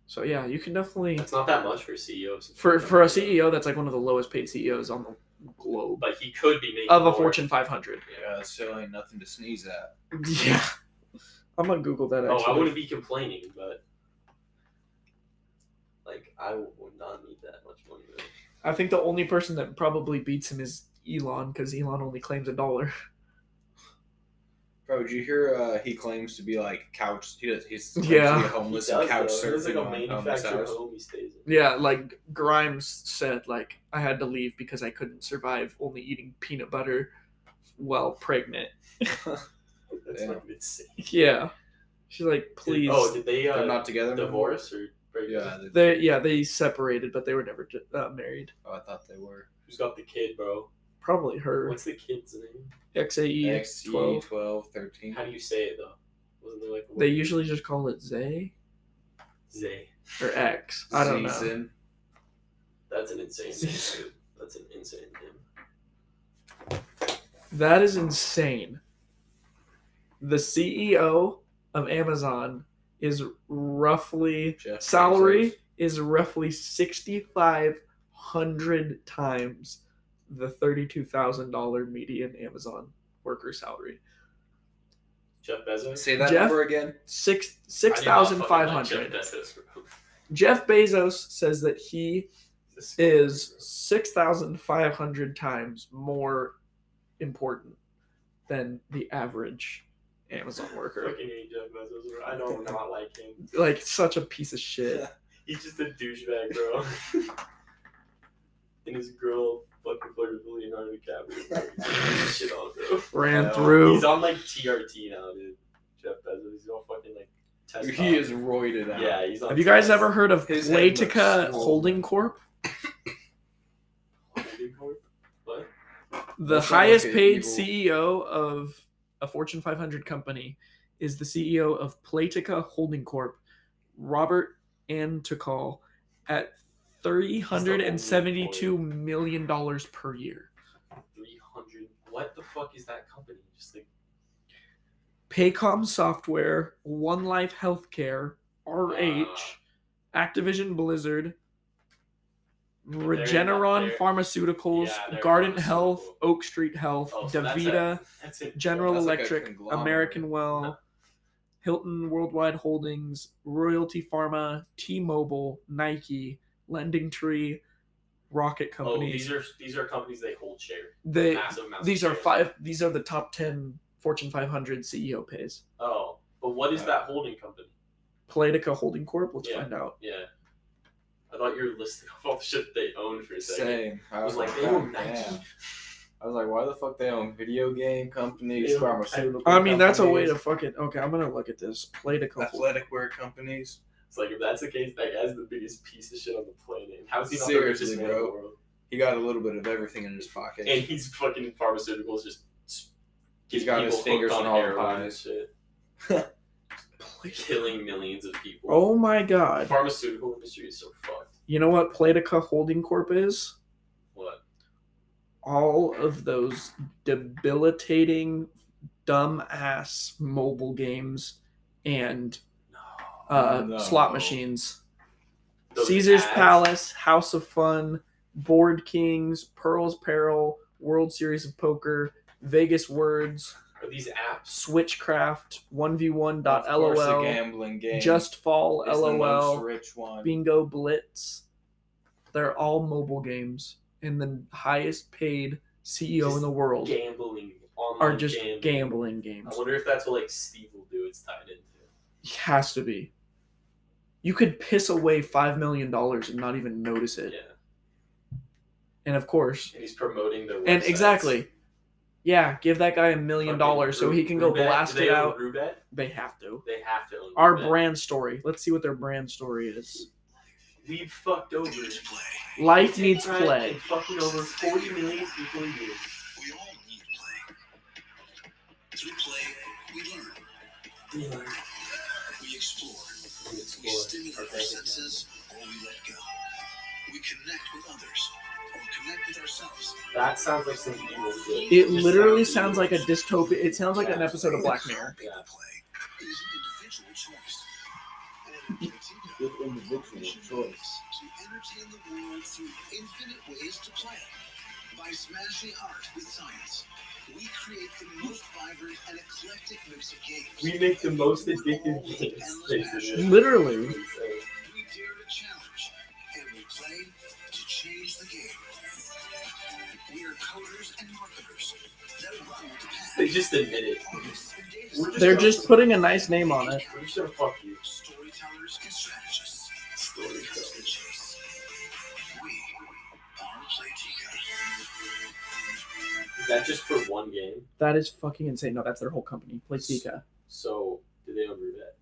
So yeah, you can definitely
That's not that much for E CEOs.
for for a E CEO that's like one of the lowest paid CEOs on the globe
But he could be making
of a
more.
Fortune 500.
Yeah, it still ain't nothing to sneeze at.
<laughs> Yeah, I'm gonna Google that.
Oh,
Actually.
I wouldn't be complaining, but like I would not need that much money. Really.
I think the only person that probably beats him is Elon because Elon only claims a dollar. <laughs>
Bro, did you hear? Uh, he claims to be like couch. He does. He's claims
Yeah.
to be homeless
He
and
does,
couch
though. He has,
surfing
like a
on homeless
manufactured
house.
home he stays in.
Yeah, like Grimes said, like I had to leave because I couldn't survive only eating peanut butter while pregnant. <laughs>
<laughs> That's
Damn.
fucking insane.
Yeah, she's like, please.
Oh, did they uh,
They're not together. no more?
divorce or break?
Yeah.
up?
They,
they yeah they separated, but they were never uh, married.
oh, I thought they were.
Who's got the kid, bro?
Probably her E
What's the kid's name?
XAE.
X, E 12.
12.
12, 13.
How do you say it though? Wasn't there like a
They
word?
usually just call it Zay
Zay?
or X. I don't know.
Season.
That's an insane name. dude. That's an insane name.
That is insane. The CEO of Amazon is roughly
Jeff
salary
Bezos.
is roughly 6500 times the $32,000 median Amazon worker salary.
Jeff Bezos.
Say that
Jeff?
number again.
6
I do not fucking like
6500.
Jeff Bezos, bro.
Jeff Bezos says that he
This
is 6500 times more important than the average Amazon worker.
<laughs> Fucking hate Jeff Bezos, bro. I don't not like him.
Like such a piece of
<laughs>
shit.
He's just a
<laughs>
douchebag, bro. and his girl fucking flirted with Leonardo DiCaprio.
<laughs>
bro. He's Shit on, bro.
ran
Yeah.
through.
He's on like TRT now, dude. Jeff Bezos. He's all fucking like test.
He is roided out.
Yeah, he's on.
Have you guys
test.
ever heard of
His head looks
Playtika
swole.
Holding Corp?
What?
The
That's not
highest
okay,
paid
evil.
CEO of a Fortune 500 company is the CEO of Playtika Holding Corp, Robert Antikal, at $372 million dollars per year.
Three hundred. What the fuck is that company? Just like
Paycom Software, One Life Healthcare, RH,
Ah.
Activision Blizzard,
they're not-
Regeneron
they're-
Pharmaceuticals,
Yeah, they're
Garden
pharmaceutical.
Health, Oak Street Health,
Oh, so that's
Davita,
that's it.
General
That's like a
Electric,
conglomerate.
American Well, Hilton Worldwide Holdings, Royalty Pharma, T-Mobile, Nike, Lending Tree, Rocket
Oh,
Company.
these are these are companies they hold share.
they,
massive amounts. of
these are
shares.
five. These are the top ten Fortune 500 CEO E pays.
Oh, but what is
Yeah.
that holding company?
Playtika Holding Corp. Let's
Yeah.
find out.
Yeah. I thought you were listing off all the shit they own for a second.
Same.
I was like, they
oh,
own Nike.
damn. I was like, why the fuck they own video game companies,
They
<laughs>
own-
pharmaceutical
I mean, that's a way to
companies,
fucking. Okay, I'm gonna look at this. Playtika. Holding-
athletic wear companies.
It's like if that's the case, that guy's the biggest piece of shit on the planet. And How is he not
Seriously,
the richest man in the
bro.
world?
He got a little bit of everything in his pocket.
And he's fucking pharmaceuticals just
He's
getting
got
people
his fingers
hooked
in
on
all the
heroin and
pies.
shit,
<laughs> Playtika-
killing millions of people.
Oh my
the
god.
pharmaceutical industry is so fucked.
You know what Playtika Holding Corp is?
What?
all of those debilitating dumbass mobile games and
No.
uh,
No.
slot machines
Those
caesar's
ads.
palace house of fun board kings pearls peril world series of poker vegas words
Are these apps?
switchcraft 1v1.lol
Of course,
LOL,
a gambling game.
just fall
is the most
lol
rich one.
bingo blitz they're all mobile games and the highest paid ceo
Just
in the world
Gambling. Online
are just
gambling.
gambling
I
games.
wonder if that's what like Steve will do. It's tied into.
Has to be. You could piss away five million dollars and not even notice it.
Yeah.
And of course,
And he's promoting their.
and
websites.
exactly, yeah, give that guy a million
Fucking
dollars so
Ru-
he can go
Rubet. Do
blast
they
it
own
out.
Rubet?
They have to.
They have to. Own
Our
Rubet.
brand story. Let's see what their brand story is.
We've fucked over.
Life
Take
needs
pride
play.
in Fucking over 40 million people a year.
We all need play. As we play, we learn,
We learn,
we explore,
we
we
explore,
stimulate
our
our
brain.
senses, or we let go. We connect with others, or connect with ourselves.
That sounds like some evil shit.
It
just
literally sounds
sounds
like a dystopia. It sounds like an episode of Black Mirror.
People play is an individual choice. Or
with individual choice.
to entertain the world through infinite ways to play. By smashing art with science, we create the most vibrant and eclectic mix of games.
We make the most addictive games. basically.
Literally.
We dare to challenge, and we play to change the game. We are coders and marketers that run with the pack.
They just admit it.
Artists and data
We're
They're just putting a nice name on it.
We're just gonna fuck you.
scientists, storytellers and strategists.
Story
Cut to the chase. We are Playtika.
Is that just for one game?
That is fucking insane. No, that's their whole company, Playtika.
So do they unroot it?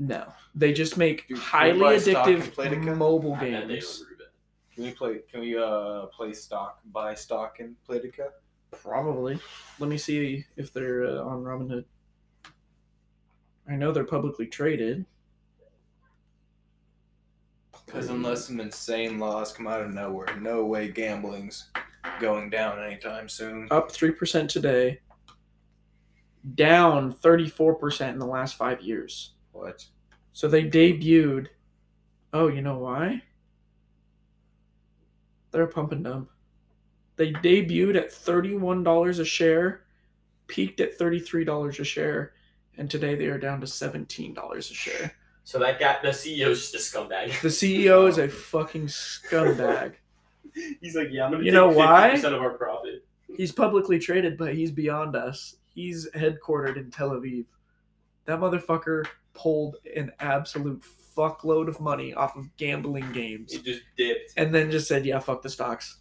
No, they just make
Dude,
highly
Playboy stock
addictive
and Playtika?
mobile
I bet they
games.
unroot it.
Can we play? Can we uh play stock, buy stock in Playtica?
Probably. Let me see if they're uh, on Robinhood. I know they're publicly traded.
Because unless some insane laws come out of nowhere, no way gambling's going down anytime soon.
Up 3% today, down 34% in the last five years.
What?
So they debuted. Oh, you know why? They're pump and dump. They debuted at $31 a share, peaked at $33 a share, and today they are down to $17 a share.
So that got the CEO's just a scumbag. <laughs>
The CEO is a fucking scumbag.
He's like, yeah, I'm gonna
You
take
know why?
percent of our profit.
He's publicly traded, but he's beyond us. He's headquartered in Tel Aviv. That motherfucker pulled an absolute fuckload of money off of gambling games
It just dipped.
and then just said, yeah, fuck the stocks.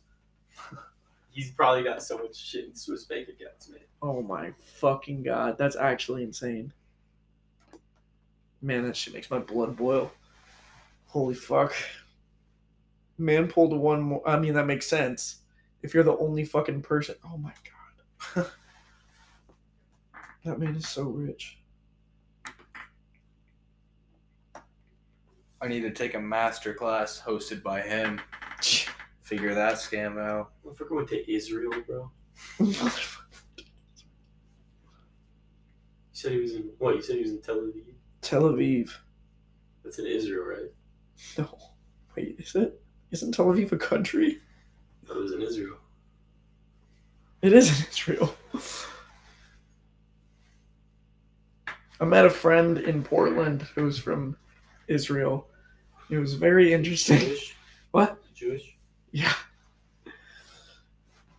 He's probably got so much shit in Swiss bank accounts, man.
Oh my fucking god, that's actually insane. Man, that shit makes my blood boil. Holy fuck. Man pulled one more. I mean, that makes sense. If you're the only fucking person. Oh my god. <laughs> that man is so rich. <laughs>
I need to take a master class hosted by him. Figure that scam out.
Motherfucker went to Israel, bro. He said he was in what? He said he was in Tel Aviv.
Tel Aviv.
That's in Israel, right?
No. Wait, is it? Isn't Tel Aviv a country?
That was in Israel.
It is in Israel. I met a friend in Portland who was from Israel. It was very interesting.
Jewish?
<laughs> What? <laughs>
Jewish?
Yeah.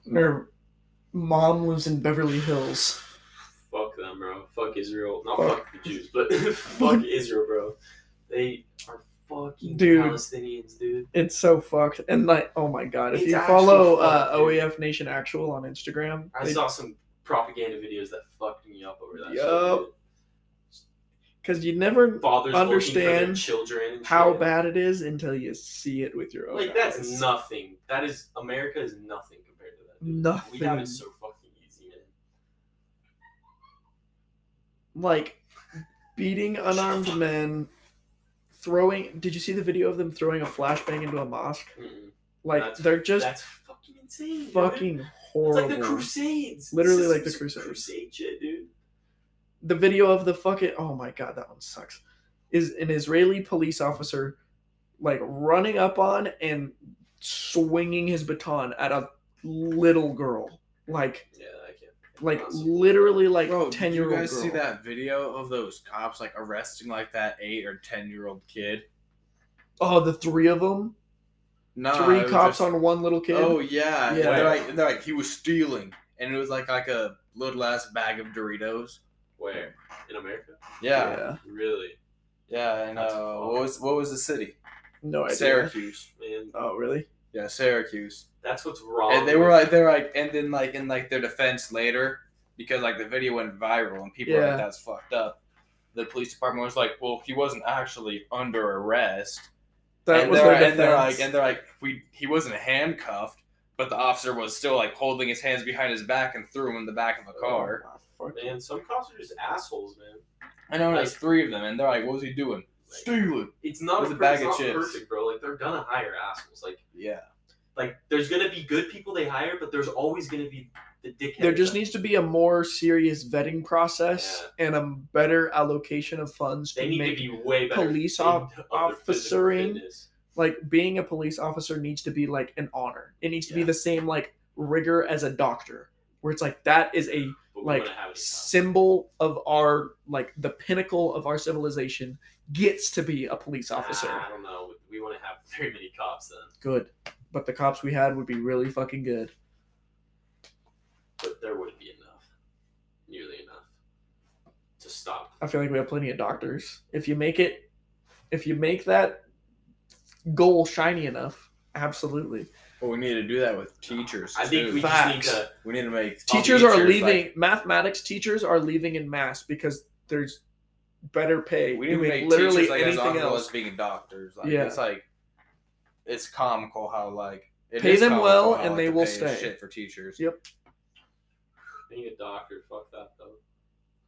And Her mom lives in Beverly Hills.
Fuck them, bro. Fuck Israel. Not
Fuck.
fuck, the Jews, but <laughs> fuck Israel, bro. They are fucking
Dude.
Palestinians, dude.
It's so fucked. And like, oh my god, if
It's
you
actually
follow
fucked,
uh,
dude.
OAF Nation Actual on Instagram,
I saw some propaganda videos that fucked me up over that.
Yup.
Shit,
because you never
dude. Fathers looking for their
Understand
children. And
how
shit.
bad it is until you see it with your own
Like
eyes.
that's nothing. That is America is nothing compared to that. dude. We have
Nothing.
it so fucking easy, man.
like
<laughs>
beating unarmed men throwing did you see the video of them throwing a flashbang into a mosque
Mm-mm.
like
That's-
they're just
that's fucking insane. dude.
fucking
It's like
horrible
the Crusades.
Literally
This is
like the
some
Crusades.
Crusade shit, dude.
the video of the fucking oh my god that one sucks is an israeli police officer like running up on and swinging his baton at a little girl like
Yeah, I can't.
like
Awesome.
literally like
Bro,
10
did
year
you
old girl
guys see that video of those cops like arresting like that eight or ten year old kid?
oh the three of them
No,
three
it was
cops
just-
on one little kid
Oh yeah,
Yeah.
yeah. They're like they're like he was stealing, and it was like like a little ass bag of Doritos.
Where in America?
Yeah, yeah.
yeah
Really,
and
That's
uh,
fucked.
what was what was the city?
no idea
Syracuse.
man.
oh really
Yeah, Syracuse.
That's what's wrong.
And they were
with-
like they're like, and then like in like their defense later because like the video went viral and people were
Yeah.
like that's fucked up. The police department was like, well, he wasn't actually under arrest.
That
and
was
they're,
their defense.
and they're like and they're like we he wasn't handcuffed, but the officer was still like holding his hands behind his back and threw him in the back of a car.
man. Some cops are just assholes, man.
I know there's three of them, and they're like, "What was he doing?
Like,
Stealing."
It's not
With
a
a bag
it's
of
not
chips.
perfect, bro. Like they're gonna hire assholes. Like
Yeah,
like there's gonna be good people they hire, but there's always gonna be the dickhead.
There just needs to be a more serious vetting process and a better allocation of funds
they
to
need
make
to be way better.
police
in-
op-
of their physical
officering.
fitness.
like being a police officer needs to be like an honor. It needs to be
Yeah.
the same like rigor as a doctor, where it's like that is a
But we
like,
wanna have it in common.
symbol of our like the pinnacle of our civilization gets to be a police officer.
Ah.
Nah, I don't know. We want to have very many cops then,
Good. But the cops we had would be really fucking good.
but there wouldn't be enough, nearly enough, to stop.
I feel like we have plenty of doctors. If you make it if you make that goal shiny enough, absolutely.
Well, we need to do that with teachers.
I think
too.
we
Facts.
just need to.
We need to make
teachers are
like-
leaving mathematics teachers are leaving in mass because there's better pay
we need to
doing
make
literally
teachers, like, as
anything
honorable as
else
being doctors. Like,
Yeah.
it's like it's comical how like it
Pay
is
them
comical
well
how,
and
like,
they
the
will
pay is
stay.
Shit for teachers.
Yeah.
Being a doctor, fuck that though.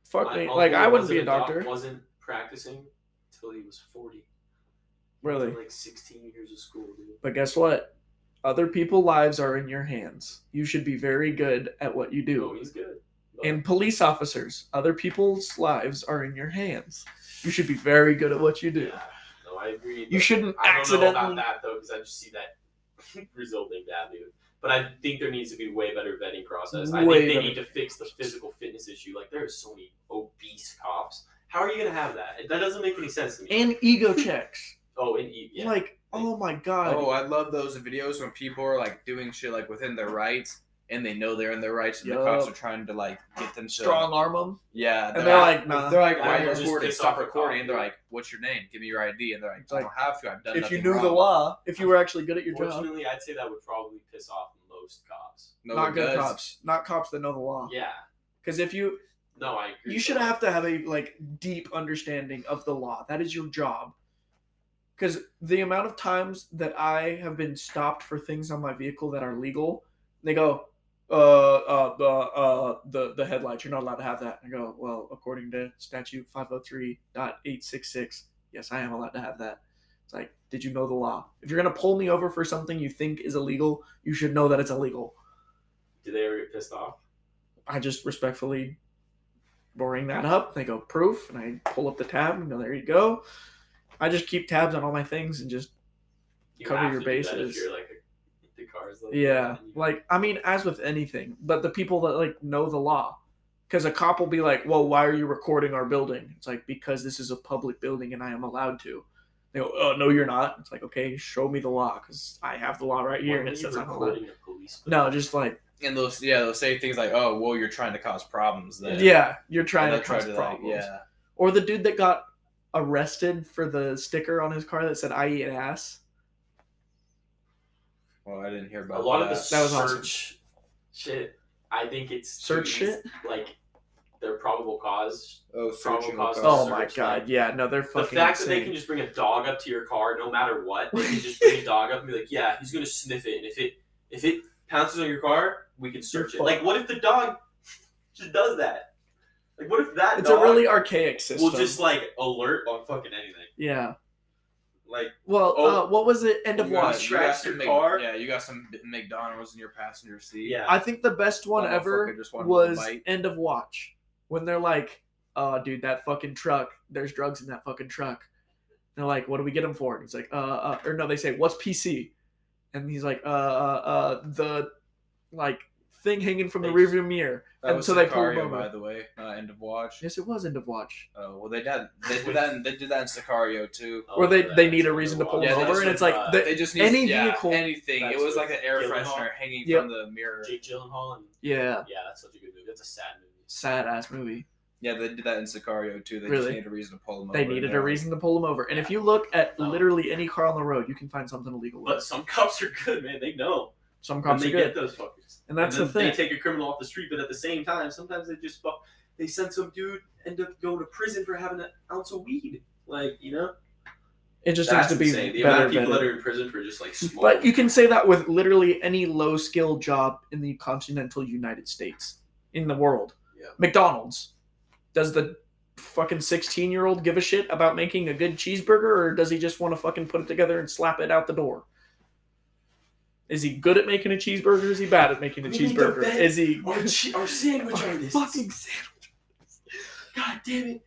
fuck
My
me
uncle
like i wouldn't
wasn't
be a
doc-
doctor
wasn't practicing until he was forty.
really
Like sixteen years of school, dude.
but guess what other people's lives are in your hands you should be very good at what you
No,
do
Oh, he's good. but-
and police officers other people's lives are in your hands you should be very good at what you do
Yeah, no, I agree.
you
but
shouldn't
I don't know about
accidentally
that though, because I just see that <laughs> resulting badly. But I think there needs to be way better vetting process. I
Way
think they
better.
need to fix the physical fitness issue. Like there are so many obese cops. How are you gonna have that? That doesn't make any sense to me.
and ego checks
oh, and eat. Yeah.
like oh my god
Oh, I love those videos when people are like doing shit like within their rights and they know they're in their rights and the
Yup.
cops are trying to like get them to
strong arm them
Yeah,
And they're like, nah.
they're like,
Yeah,
why are
we'll
you
just
recording?
piss
Stop
off the
recording.
cop.
And they're like, what's your name? Give me your ID. And they're like,
It's
I
like,
don't have to. I've done.
if you
nothing
knew the
wrong."
law, if you were actually good at your job,
Fortunately, I'd say that would probably piss off most cops.
no
not
one
good
does.
cops, not cops that know the law.
Yeah.
Because if you,
No, I agree.
you should have to have a like deep understanding of the law. That is your job. Because the amount of times that I have been stopped for things on my vehicle that are legal, they go, uh, uh, uh, uh the the headlights. You're not allowed to have that. I go, well, according to statute 503.866, yes, I am allowed to have that. It's like, did you know the law? If you're gonna pull me over for something you think is illegal, you should know that it's illegal.
Do they ever get pissed off?
I just respectfully bring that up. They go proof, and I pull up the tab and go, there you go. I just keep tabs on all my things and just
You
Cover
have
your
to do that
bases.
If you're like a, the cars. Like
yeah,
that, and you-
like I mean, as with anything, but the people that like know the law, because a cop will be like, "Well, why are you recording our building?" It's like because this is a public building and I am allowed to. They go, "Oh no, you're not." It's like, okay, show me the law because I have the law right
Why
here and
were
it
you
says I'm allowed.
recording a police.
No, just like
And they'll yeah, they'll say things like, oh, well, you're trying to cause problems.
yeah,
Then
you're
And
trying
they'll
to
try
cause
to, like,
problems.
yeah.
Or the dude that got arrested for the sticker on his car that said "I eat ass."
Well, I didn't hear
a
about
lot of
that.
the
That was awesome.
search shit. I think it's
Search
students, Like their probable cause.
oh, searching the
probable cause
cops.
Oh
search,
my
like,
god! Yeah, no, they're
The
fucking.
fact that they
insane.
can just bring a dog up to your car, no matter what, they can
<laughs>
just bring a dog up and be like, "Yeah, he's gonna sniff it, and if it if it pounces on your car, we can search it."
fucked.
Like, what if the dog just does that? Like, what if that
it's
dog
a really archaic system.
will just like alert on fucking anything?
yeah.
Like,
Well,
Oh.
uh, what was it? End of
You got-
watch.
you got
Scratch
some
your
Mc-
car.
Yeah, you got some McDonald's in your passenger seat.
yeah,
I think the best one
Motherfucker
ever
just wanted to
was
bite.
end of watch when they're like, "Oh, dude, that fucking truck. There's drugs in that fucking truck." They're like, "What do we get him for?" And he's like, "Uh, uh," or no, they say, "What's PC?" And he's like, "Uh, uh, uh the like thing hanging from the
They-
rearview mirror."
That
and
was
so they pull him
Sicario,
over.
by the way. Uh, end of watch.
Yes, it was end of watch.
Oh well, they did. They did that. In, they did that in Sicario too.
Oh,
Or they,
yeah,
they need a
that's
reason to pull
underwater.
Yeah,
them
they
over,
just
and it's
said,
like
uh,
the-
They just need
Any
yeah,
vehicle-
anything. It
That's
was like an air
Gyllenhaal.
freshener hanging
Yep.
from the mirror.
uh, Jake Gyllenhaal. And,
yeah,
yeah, that's such a good movie. That's a sad movie.
sad ass movie.
Yeah, they did that in Sicario too. They just
Really?
needed a reason to
Oh,
pull them
They
over.
needed
and
a
they're
reason to pull them over, and if you look at
No.
literally any car on the road, you can find something illegal. With.
But
it.
some <laughs> cops are good, man. They know.
Some
Cops
cops
they
are good.
get those fuckers.
And that's
then
the thing.
They take a criminal off the street, but at the same time, sometimes they just fuck. They send some dude end up going to prison for having an ounce of weed. Like you know,
it just needs
that's
to be
insane. The amount
better.
of people
better.
that are in prison for just like smoke.
But you can say that with literally any low skill job in the continental United States, in the world.
Yeah.
McDonald's. Does the fucking 16 year old give a shit about making a good cheeseburger or does he just want to fucking put it together and slap it out the door? Is he good at making a cheeseburger? Is he bad at making a
We need to
cheeseburger?
vet
Is
<laughs>
he
Our, che- our sandwich artists.
fucking sandwich?
God damn it.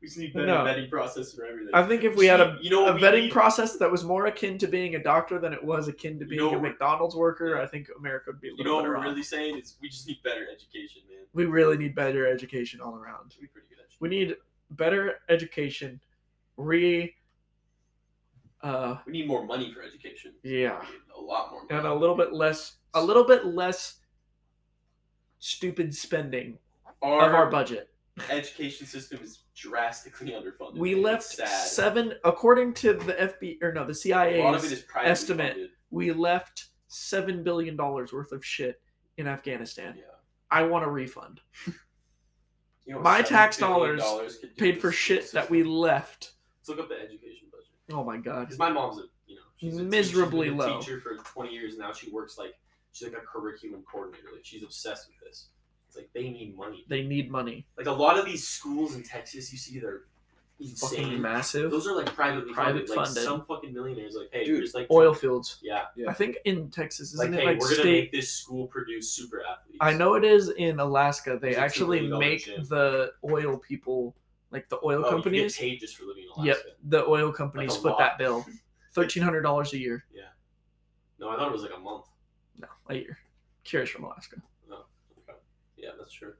We just need better
No.
vetting process for everything.
I think if we had a
you know
<laughs> a
what we
vetting
need?
process that was more akin to being a doctor than it was akin to
You
being
know
a
what-
McDonald's worker, I think America would be a
You
little
know what
better
we're
off.
really saying is we just need better education, man.
we really need better education all around.
Should be pretty good education.
We need better education. Re. Uh,
We need more money for education.
yeah,
We need a lot more. Money.
and a little bit less, a little bit less stupid spending
Our,
of our budget.
education system is drastically underfunded.
We
man. It's
left
sad.
seven, according to the FB or no, the
A lot of it
CIA's.
is privately
estimate.
funded.
We left seven billion dollars worth of shit in
Yeah.
Afghanistan. I want a refund.
You know what
My
$7
tax
billion could do
Paid
with
for
the
shit
school
that we
system?
left.
Let's look up the education budget.
Oh my god.
Because my mom's a you know she's a
Miserably
teacher, she's been a
low.
teacher for twenty years and now. She works like she's like a curriculum coordinator. Like she's obsessed with this. It's like they need money.
They need money.
Like a lot of these schools in Texas, you see they're
Fucking
insane.
massive.
Those are like privately
Private
funded. Like
funded.
some fucking millionaires like hey
Dude,
just like
Oil fields.
yeah
Yeah.
I think in Texas,
like
isn't
hey
it like
we're gonna
state?
make this school produce super athletes.
I know it is in Alaska. They
It's a
actually
$2
make
gym.
the oil people, like the
Oh,
oil companies.
You get paid just for living in
Yep,
Alaska.
the oil companies
Like a
foot
lot.
that
<laughs>
bill. Thirteen hundred dollars a year.
No, I thought it was like a month.
No, a year. Curious from Alaska.
Okay. Yeah, that's true.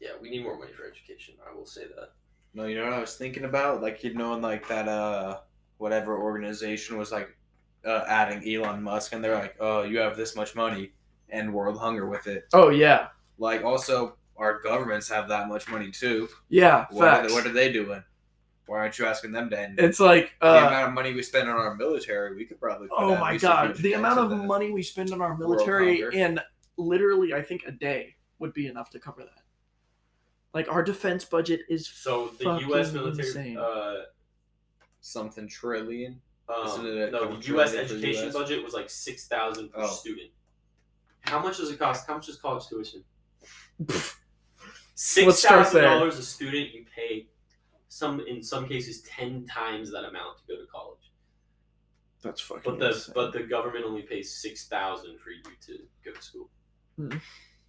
Yeah, we need more money for education. I will say that.
No, you know what I was thinking about? Like you know, in like that uh whatever organization was like uh, adding Elon Musk, and they're like, "Oh, you have this much money, and world hunger with it."
Oh yeah,
Like also, our governments have that much money too.
yeah.
What are,
Facts.
they, what are they doing? Why aren't you asking them to end it?
it's like
the
uh,
amount of money we spend on our military, we could probably. put
oh
at
my
least a
god,
huge
the
dent
amount
to
of
that.
money we spend on our
World
military
hunger.
in literally, I think a day would be enough to cover that. Like our defense budget is
So the
fucking
U.S. military,
insane.
uh, um,
Something trillion. Isn't it a
no,
couple
the U.S.
trillion for the
education
US?
budget was like six thousand per
Oh.
student. How much does it cost? How much is college tuition?
Pfft. <laughs> Let's
Six
start
thousand
there.
dollars a student. You pay some, in some cases, ten times that amount to go to college.
that's fucking.
But the
insane.
but the government only pays six thousand for you to go to school.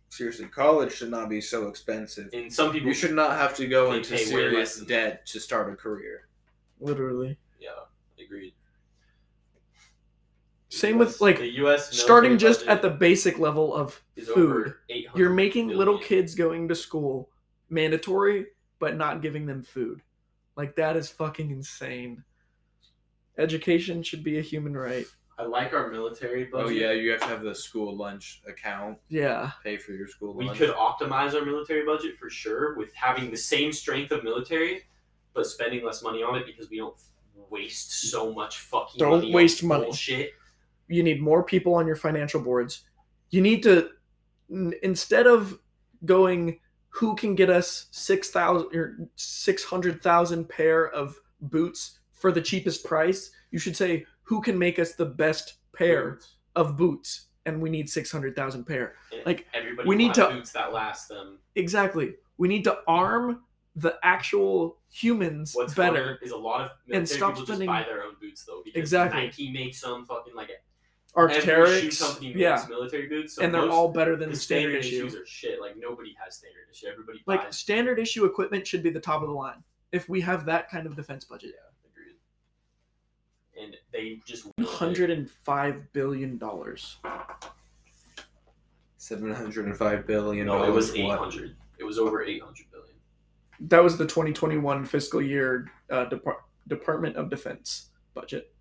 Seriously, college should not be so expensive.
And some people
You should not have to go
They
into
pay way less
serious
than-
debt to start a career.
literally
Yeah, agreed.
same with like
the U.S.
starting
military
just at the
budget
basic level of
is
food.
over 800
You're making little
billion.
kids going to school mandatory, but not giving them food. Like that is fucking insane. Education should be a human right.
I like our military budget.
Oh yeah, you have to have the school lunch account,
Yeah.
pay for your school
We
lunch.
could optimize our military budget for sure with having the same strength of military, but spending less money on it because we don't waste so much fucking
Don't
money on
waste money.
bullshit.
You need more people on your financial boards. You need to n- instead of going who can get us 6,000 or 600,000 pair of boots for the cheapest price, you should say who can make us the best pair of boots and we need 600,000 pair.
And
Like,
everybody
we
will
need
have
to-
boots that last them.
Exactly. We need to arm the actual humans
What's
better.
funny is a lot of military
stop
people
spending-
just buy their own boots though because
Exactly.
Nike makes some fucking like every shoe
Arcteryx.
company makes
Yeah.
military boots, so
and they're
most-
all better than
the
standard,
standard,
issue.
issues are shit. Like nobody has standard issue. Everybody
Like
buys.
standard issue equipment should be the top of the line if we have that kind of defense budget.
Agreed. And they just
$105 billion.
Seven hundred and five billion.
No, it was
dollars,
eight
what?
hundred. It was over eight hundred billion.
That was the 2021 fiscal year uh, Depar- Department of Defense budget.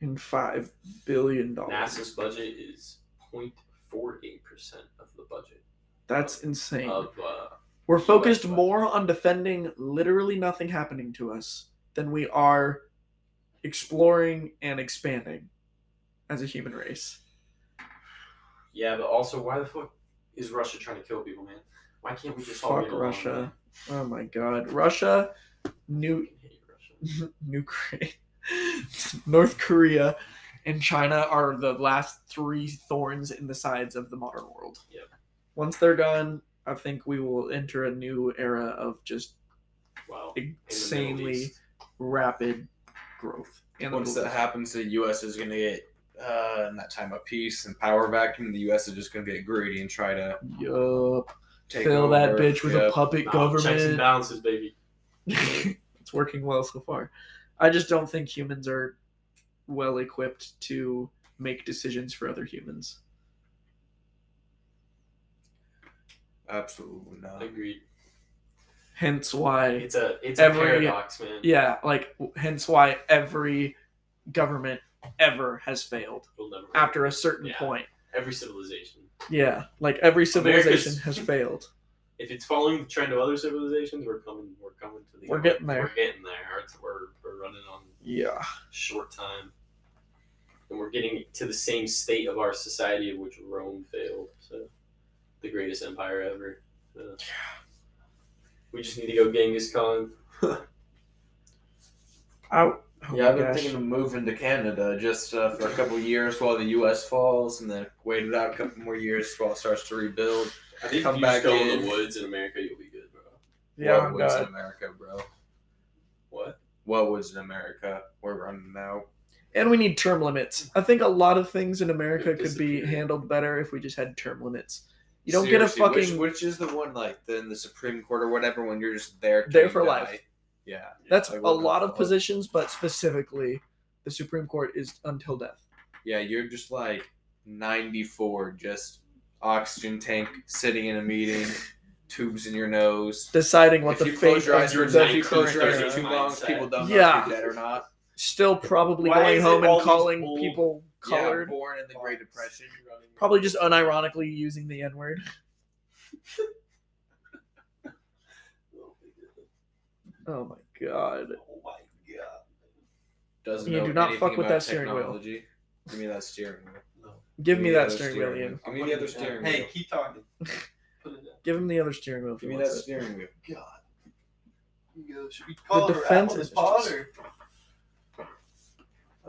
705 billion dollars.
NASA's budget is 048 percent of the budget
That's insane.
of uh,
We're
US
focused
budget.
more on defending literally nothing happening to us than we are exploring and expanding as a human race.
yeah. But also, why the fuck is Russia trying to kill people, man? Why can't we just all
Fuck
get along,
Russia.
man?
Oh my god. Russia, New <laughs>
I hate Russia.
Ukraine, <laughs> North Korea, and China are the last three thorns in the sides of the modern world.
Yep.
Once they're gone, I think we will enter a new era of just
Wow.
insanely rapid growth. in the
Once
Middle
that happens, the U.S. is going to get, uh, in that time of peace and power vacuum, the U.S. is just going to get greedy and try to
East. Yup.
take
Fill that
over.
bitch with a
Yep.
puppet
Uh, Checks and
government.
balances, baby.
<laughs> it's working well so far. I just don't think humans are well equipped to make decisions for other humans.
Absolutely not.
Agreed.
Hence why,
It's a it's
Every-
a paradox, man.
yeah, like hence why every government ever has failed
We'll never
after a certain
Yeah.
point.
every civilization.
Yeah, like every civilization
America's-
<laughs>
has failed.
If it's following the trend of other civilizations, we're coming we're coming to the
We're getting there.
We're getting there. It's- We're we're running on
Yeah.
short time. And we're getting to the same state of our society of which Rome failed. So, the greatest empire ever. So, we just need to go Genghis Khan.
Out.
yeah, I've been thinking of moving to Canada just uh, for a couple years while the U.S. falls, and then wait it out a couple more years while it starts to rebuild.
I think
Come
if you
back
just go in
in.
the woods in America, you'll be good, bro.
Yeah,
what
I'm
woods
good.
in America, bro?
What?
What woods in America? We're running out.
And we need term limits. I think a lot of things in America
It
could be
disappeared.
handled better if we just had term limits. You don't
Seriously,
get a fucking.
which, which is the one like the, in the Supreme Court or whatever when you're just there
There
till
for
you
life.
die? Yeah,
that's
like,
a
what the
lot of
fuck?
positions, but specifically, the Supreme Court is until death.
yeah, you're just like 94, just oxygen tank, sitting in a
<laughs>
meeting, tubes in your nose.
Deciding what
If
the
you
fate
close your
of
eyes
your
for
your
so if
current
you close your eyes
era.
for too long,
mindset.
people don't know
Yeah.
if you're dead or not.
Still probably
Why
going
is it
home and
all these
calling
old-
people <laughs> colored.
Yeah, born in the Great Depression.
Probably just unironically using the N word. Oh my god.
Oh my god.
Doesn't
You
know
do not
anything
fuck with
about
that steering wheel.
technology. Give me that steering wheel.
Give me
the
that
other
steering wheel, Ian.
Give me the other steering wheel.
Hey, keep talking. Put it down.
Give him the other steering wheel if he
Give me that
wants it.
steering wheel.
God. You know, should we call her out
defense
on
is
this
just-
pod or?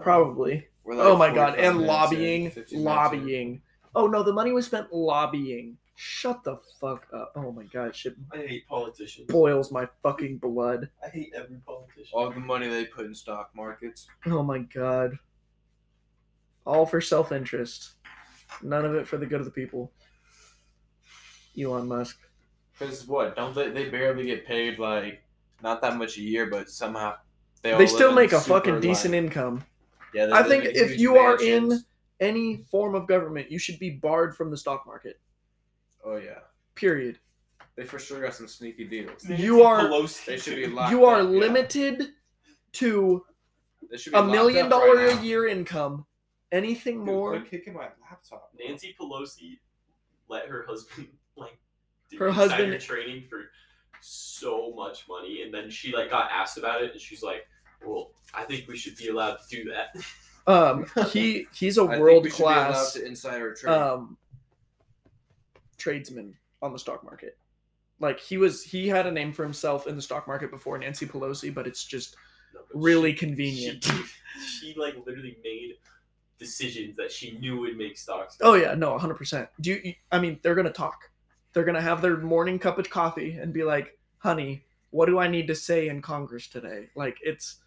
Probably.
We're
Oh
uh, like
my god,
45
and
minutes in,
lobbying,
15 minutes in.
lobbying. Oh no, the money was spent lobbying. Shut the fuck up. Oh my god, shit
I hate politicians.
boils my fucking blood.
I hate every politician.
All the money they put in stock markets.
Oh my god. All for self interest. None of it for the good of the people. Elon Musk.
Because what? Don't they? They barely get paid like not that much a year, but somehow they all
They
live
still
in
make a
super,
fucking
like-
decent income.
Yeah, they
I
live
think
in
if
huge
you are in-
mansions.
Any form of government, you should be barred from the stock market.
oh yeah,
Period.
they for sure got some sneaky deals.
You are
Pelosi.
They should be locked.
you are
up, yeah.
limited to
They should be
a
locked
million
up
dollar
right now.
a year income. Anything
Dude,
more,
Quit kicking my laptop. bro.
Nancy Pelosi let her husband <laughs> like do
Her
insider
husband-
training for so much money, and then she like got asked about it, and she's like, "Well, I think we should be allowed to do that." <laughs>
<laughs>
um, he he's a
I think
world
we should be allowed
class
to insider trade.
um tradesman on the stock market. Like he was, he had a name for himself in the stock market before Nancy Pelosi, but it's just
No, but
really
<laughs> she-
convenient.
She, she like literally made decisions that she knew would make stocks.
Oh yeah, no, hundred percent. Do you? I mean, they're gonna talk. They're gonna have their morning cup of coffee and be like, "Honey, what do I need to say in Congress today?" Like it's,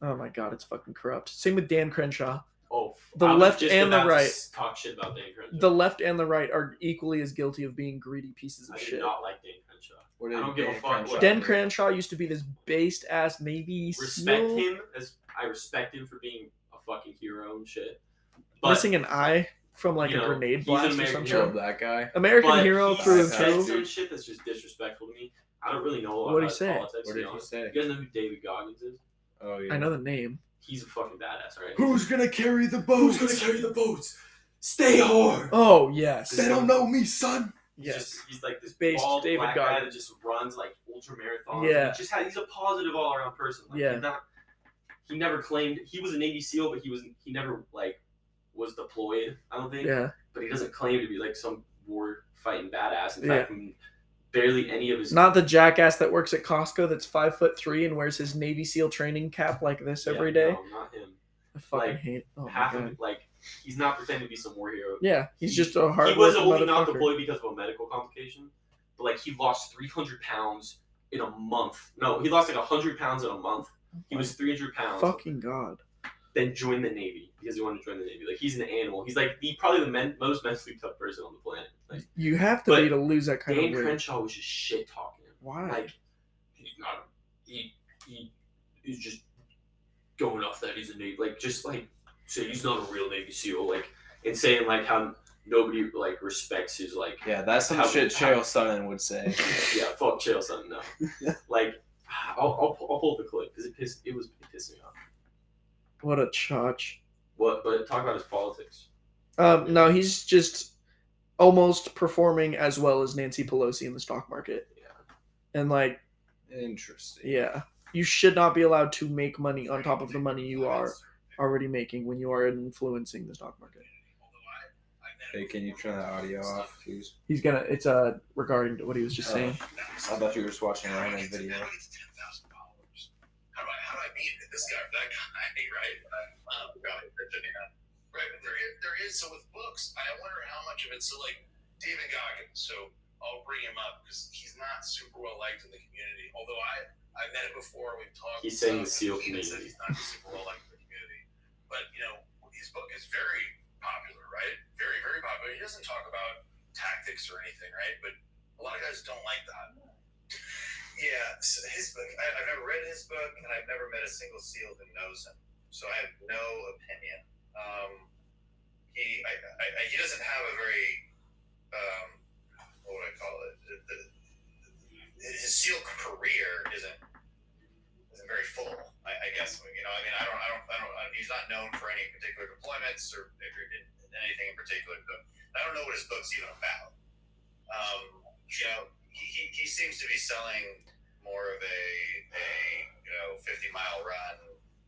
oh my god, it's fucking corrupt. Same with Dan Crenshaw.
Oh,
The
I was
left
just
and the
about to
right.
s- Talk shit about Dan Crenshaw.
The left and the right are equally as guilty of being greedy pieces of
I do
shit.
not like Dan Crenshaw.
What
I
did
don't give a
Dan
fuck
Crenshaw
what-
Dan
do?
Cranshaw used to be this based ass Navy
Respect
SEAL,
him as I respect him for being a fucking hero and shit. But uh,
missing an eye from like
you
a
know,
grenade
he's
blast
an
or
American
some
Killed
shit.
hero.
that guy.
American
but
hero
he
through and
said
through.
some shit that's just disrespectful to me. I don't really know a lot
What'd
about
he say?
politics.
What
to be
did he
honest.
say?
You guys know who David Goggins is?
Oh yeah.
I know the name.
He's a fucking badass, right?
Who's gonna carry the boat?
Who's gonna carry the boats? Stay hard.
Oh yes,
They don't
know me, son.
He's
yes.
just- he's like this
Based
bald
David
black guy
Goggins.
that just runs like ultra marathons.
Yeah.
He just had, he's a positive all around person. Like,
Yeah.
he's not- he never claimed he was a Navy SEAL, but he was he never like was deployed. I don't think.
Yeah,
but he doesn't claim to be like some war fighting badass. In fact, barely any of his
not the jackass that works at Costco that's five foot three and wears his Navy SEAL training cap like this
Yeah,
every day.
No, not him.
I fucking
like,
hate. Oh my
Half
god.
of like he's not pretending to be some war hero.
Yeah, he's just a hard
he was
working
only not
motherfucker.
deployed because of a medical complication, but like he lost 300 pounds in a month. No, he lost like hundred pounds in a month. He was three hundred pounds.
Fucking god.
Then joined the navy because he wanted to join the navy. Like he's an animal. He's like the probably the men, most mentally tough person on the planet. Like
You have to
But
be to lose that kind
Dan
of weight.
Crenshaw was just shit talking him.
Why? <laughs>
Like he's not. He he he's just going off that he's a navy. Like just like so he's not a real Navy SEAL. Like and saying like how nobody like respects his like
Yeah, that's some
How-
shit
how-
Cheryl Sonnen would say.
yeah, fuck Chael Sonnen. No,
<laughs>
like I'll, I'll pu- I'll pull the clip because it pissed it was it pissed me off.
what a chotch.
What? But talk about his politics.
Um, no, he's just almost performing as well as Nancy Pelosi in the stock market. And like,
Interesting.
yeah, you should not be allowed to make money on top of the money you are already making when you are influencing the stock market.
Hey, can you turn that audio off, please?
He's gonna. It's uh regarding to what he was just
Oh.
saying.
I thought you were just watching a random video.
How do I how do I beat this guy or that guy, right? Um, probably Virginia. Right, but there is, there is, so with books, I wonder how much of it's, so like, David Goggins, so I'll bring him up, because he's not super well liked in the community, although I, I met him before, we've talked.
He's saying
about
the SEAL
him, he says
community.
He's not super well liked in the community, but, you know, his book is very popular, right? Very, very popular, he doesn't talk about tactics or anything, right? But a lot of guys don't like that. <laughs> Yeah, so his book. I, I've never read his book, and I've never met a single seal that knows him, so I have no opinion. Um, he, I, I, I, he doesn't have a very, um, what would I call it? The, the, his seal career isn't isn't very full. I, I guess you know. I mean, I don't, I don't, I don't. He's not known for any particular deployments or anything in particular. But I don't know what his book's even about um, you know, he, he, he seems to be selling more of a, a you know, 50 mile run,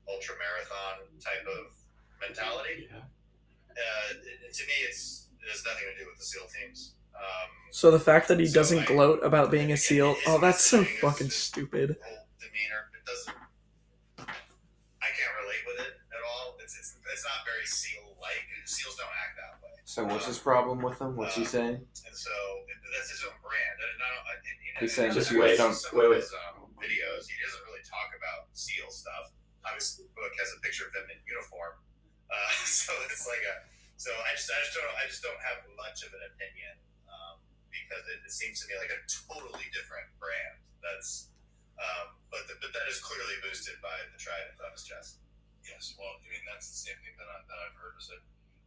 ultra marathon type of mentality.
Yeah.
Uh, to me, it's, it has nothing to do with the SEAL teams. Um,
So the fact that he
So,
doesn't
like,
gloat about being a seal, oh, that's so
it's-
fucking stupid.
whole demeanor, it doesn't, I can't relate with it at all. It's, it's, it's not very SEAL like. SEALs don't act that way.
So what's his problem with him? What's he saying?
And so it, that's his own brand. And I don't, I, and, you know,
He's saying
and
just
I've
wait,
watched
don't-
some
wait,
of
wait.
his um, videos. He doesn't really talk about SEAL stuff. Obviously, the book has a picture of them in uniform. Uh, <laughs> so it's like a. So I just, I just don't, I just don't have much of an opinion um, because it, it seems to me like a totally different brand. That's, um, but the, but that is clearly boosted by the trident on his chest. Yes, well, I mean that's the same thing that, I, that I've heard is that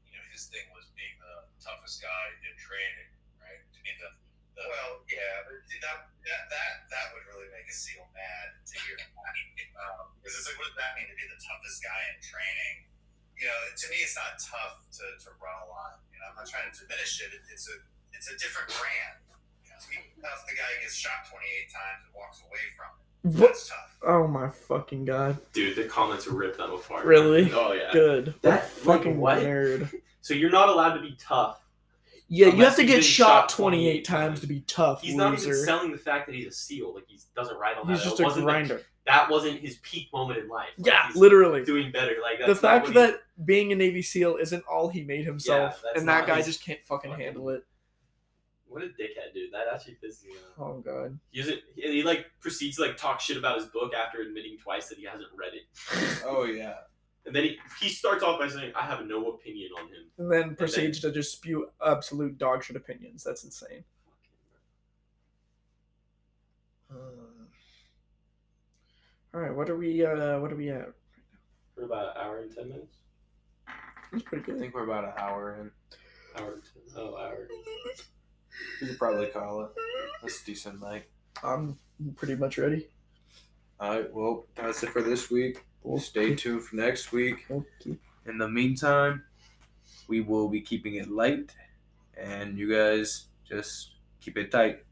you know his thing was being the toughest guy in training, right? To be the well, yeah, but see, that, that that that would really make a seal mad to hear Um, because it's like, what does that mean to be the toughest guy in training? You know, to me, it's not tough to, to run a lot. You know, I'm not trying to diminish it. it it's a it's a different brand. To me, tough the guy who gets shot 28 times and walks away from it.
What?
That's tough.
Oh my fucking god!
Dude, the comments ripped them apart.
Really?
Oh yeah.
Good.
That-
That fucking
what?
nerd.
So you're not allowed to be tough.
Yeah, you
Unless
have to
he's
get
been
shot
shot
28 times
times.
to be tough,
He's not even
loser.
selling the fact that he's a seal. Like he doesn't ride on
He's
that.
just
That
a
wasn't the-
grinder.
that wasn't his peak moment in life. Like,
Yeah,
he's
literally.
doing better. Like
the
that's not
fact
what
that being a Navy SEAL isn't all he made himself,
that's
and that
not
guy
his
just can't fucking
fucking-
handle it.
he, what a dickhead, dude. That actually pisses me off.
Oh god.
He doesn't. He, he like proceeds to like talk shit about his book after admitting twice that he hasn't read it,
Oh yeah.
and then he he starts off by saying, "I have no opinion on him."
And then proceeds to just spew absolute dog shit opinions. That's insane. Uh, all right, what are we? uh What are we at?
For about an hour and ten minutes.
That's pretty
I
good.
think we're about an hour in.
Hour. And ten, oh, hour.
We could probably call it. That's decent, Mike.
I'm pretty much ready.
All right. Well, that's it for this week. Stay tuned for next week.
Okay.
In the meantime, we will be keeping it light, and you guys just keep it tight.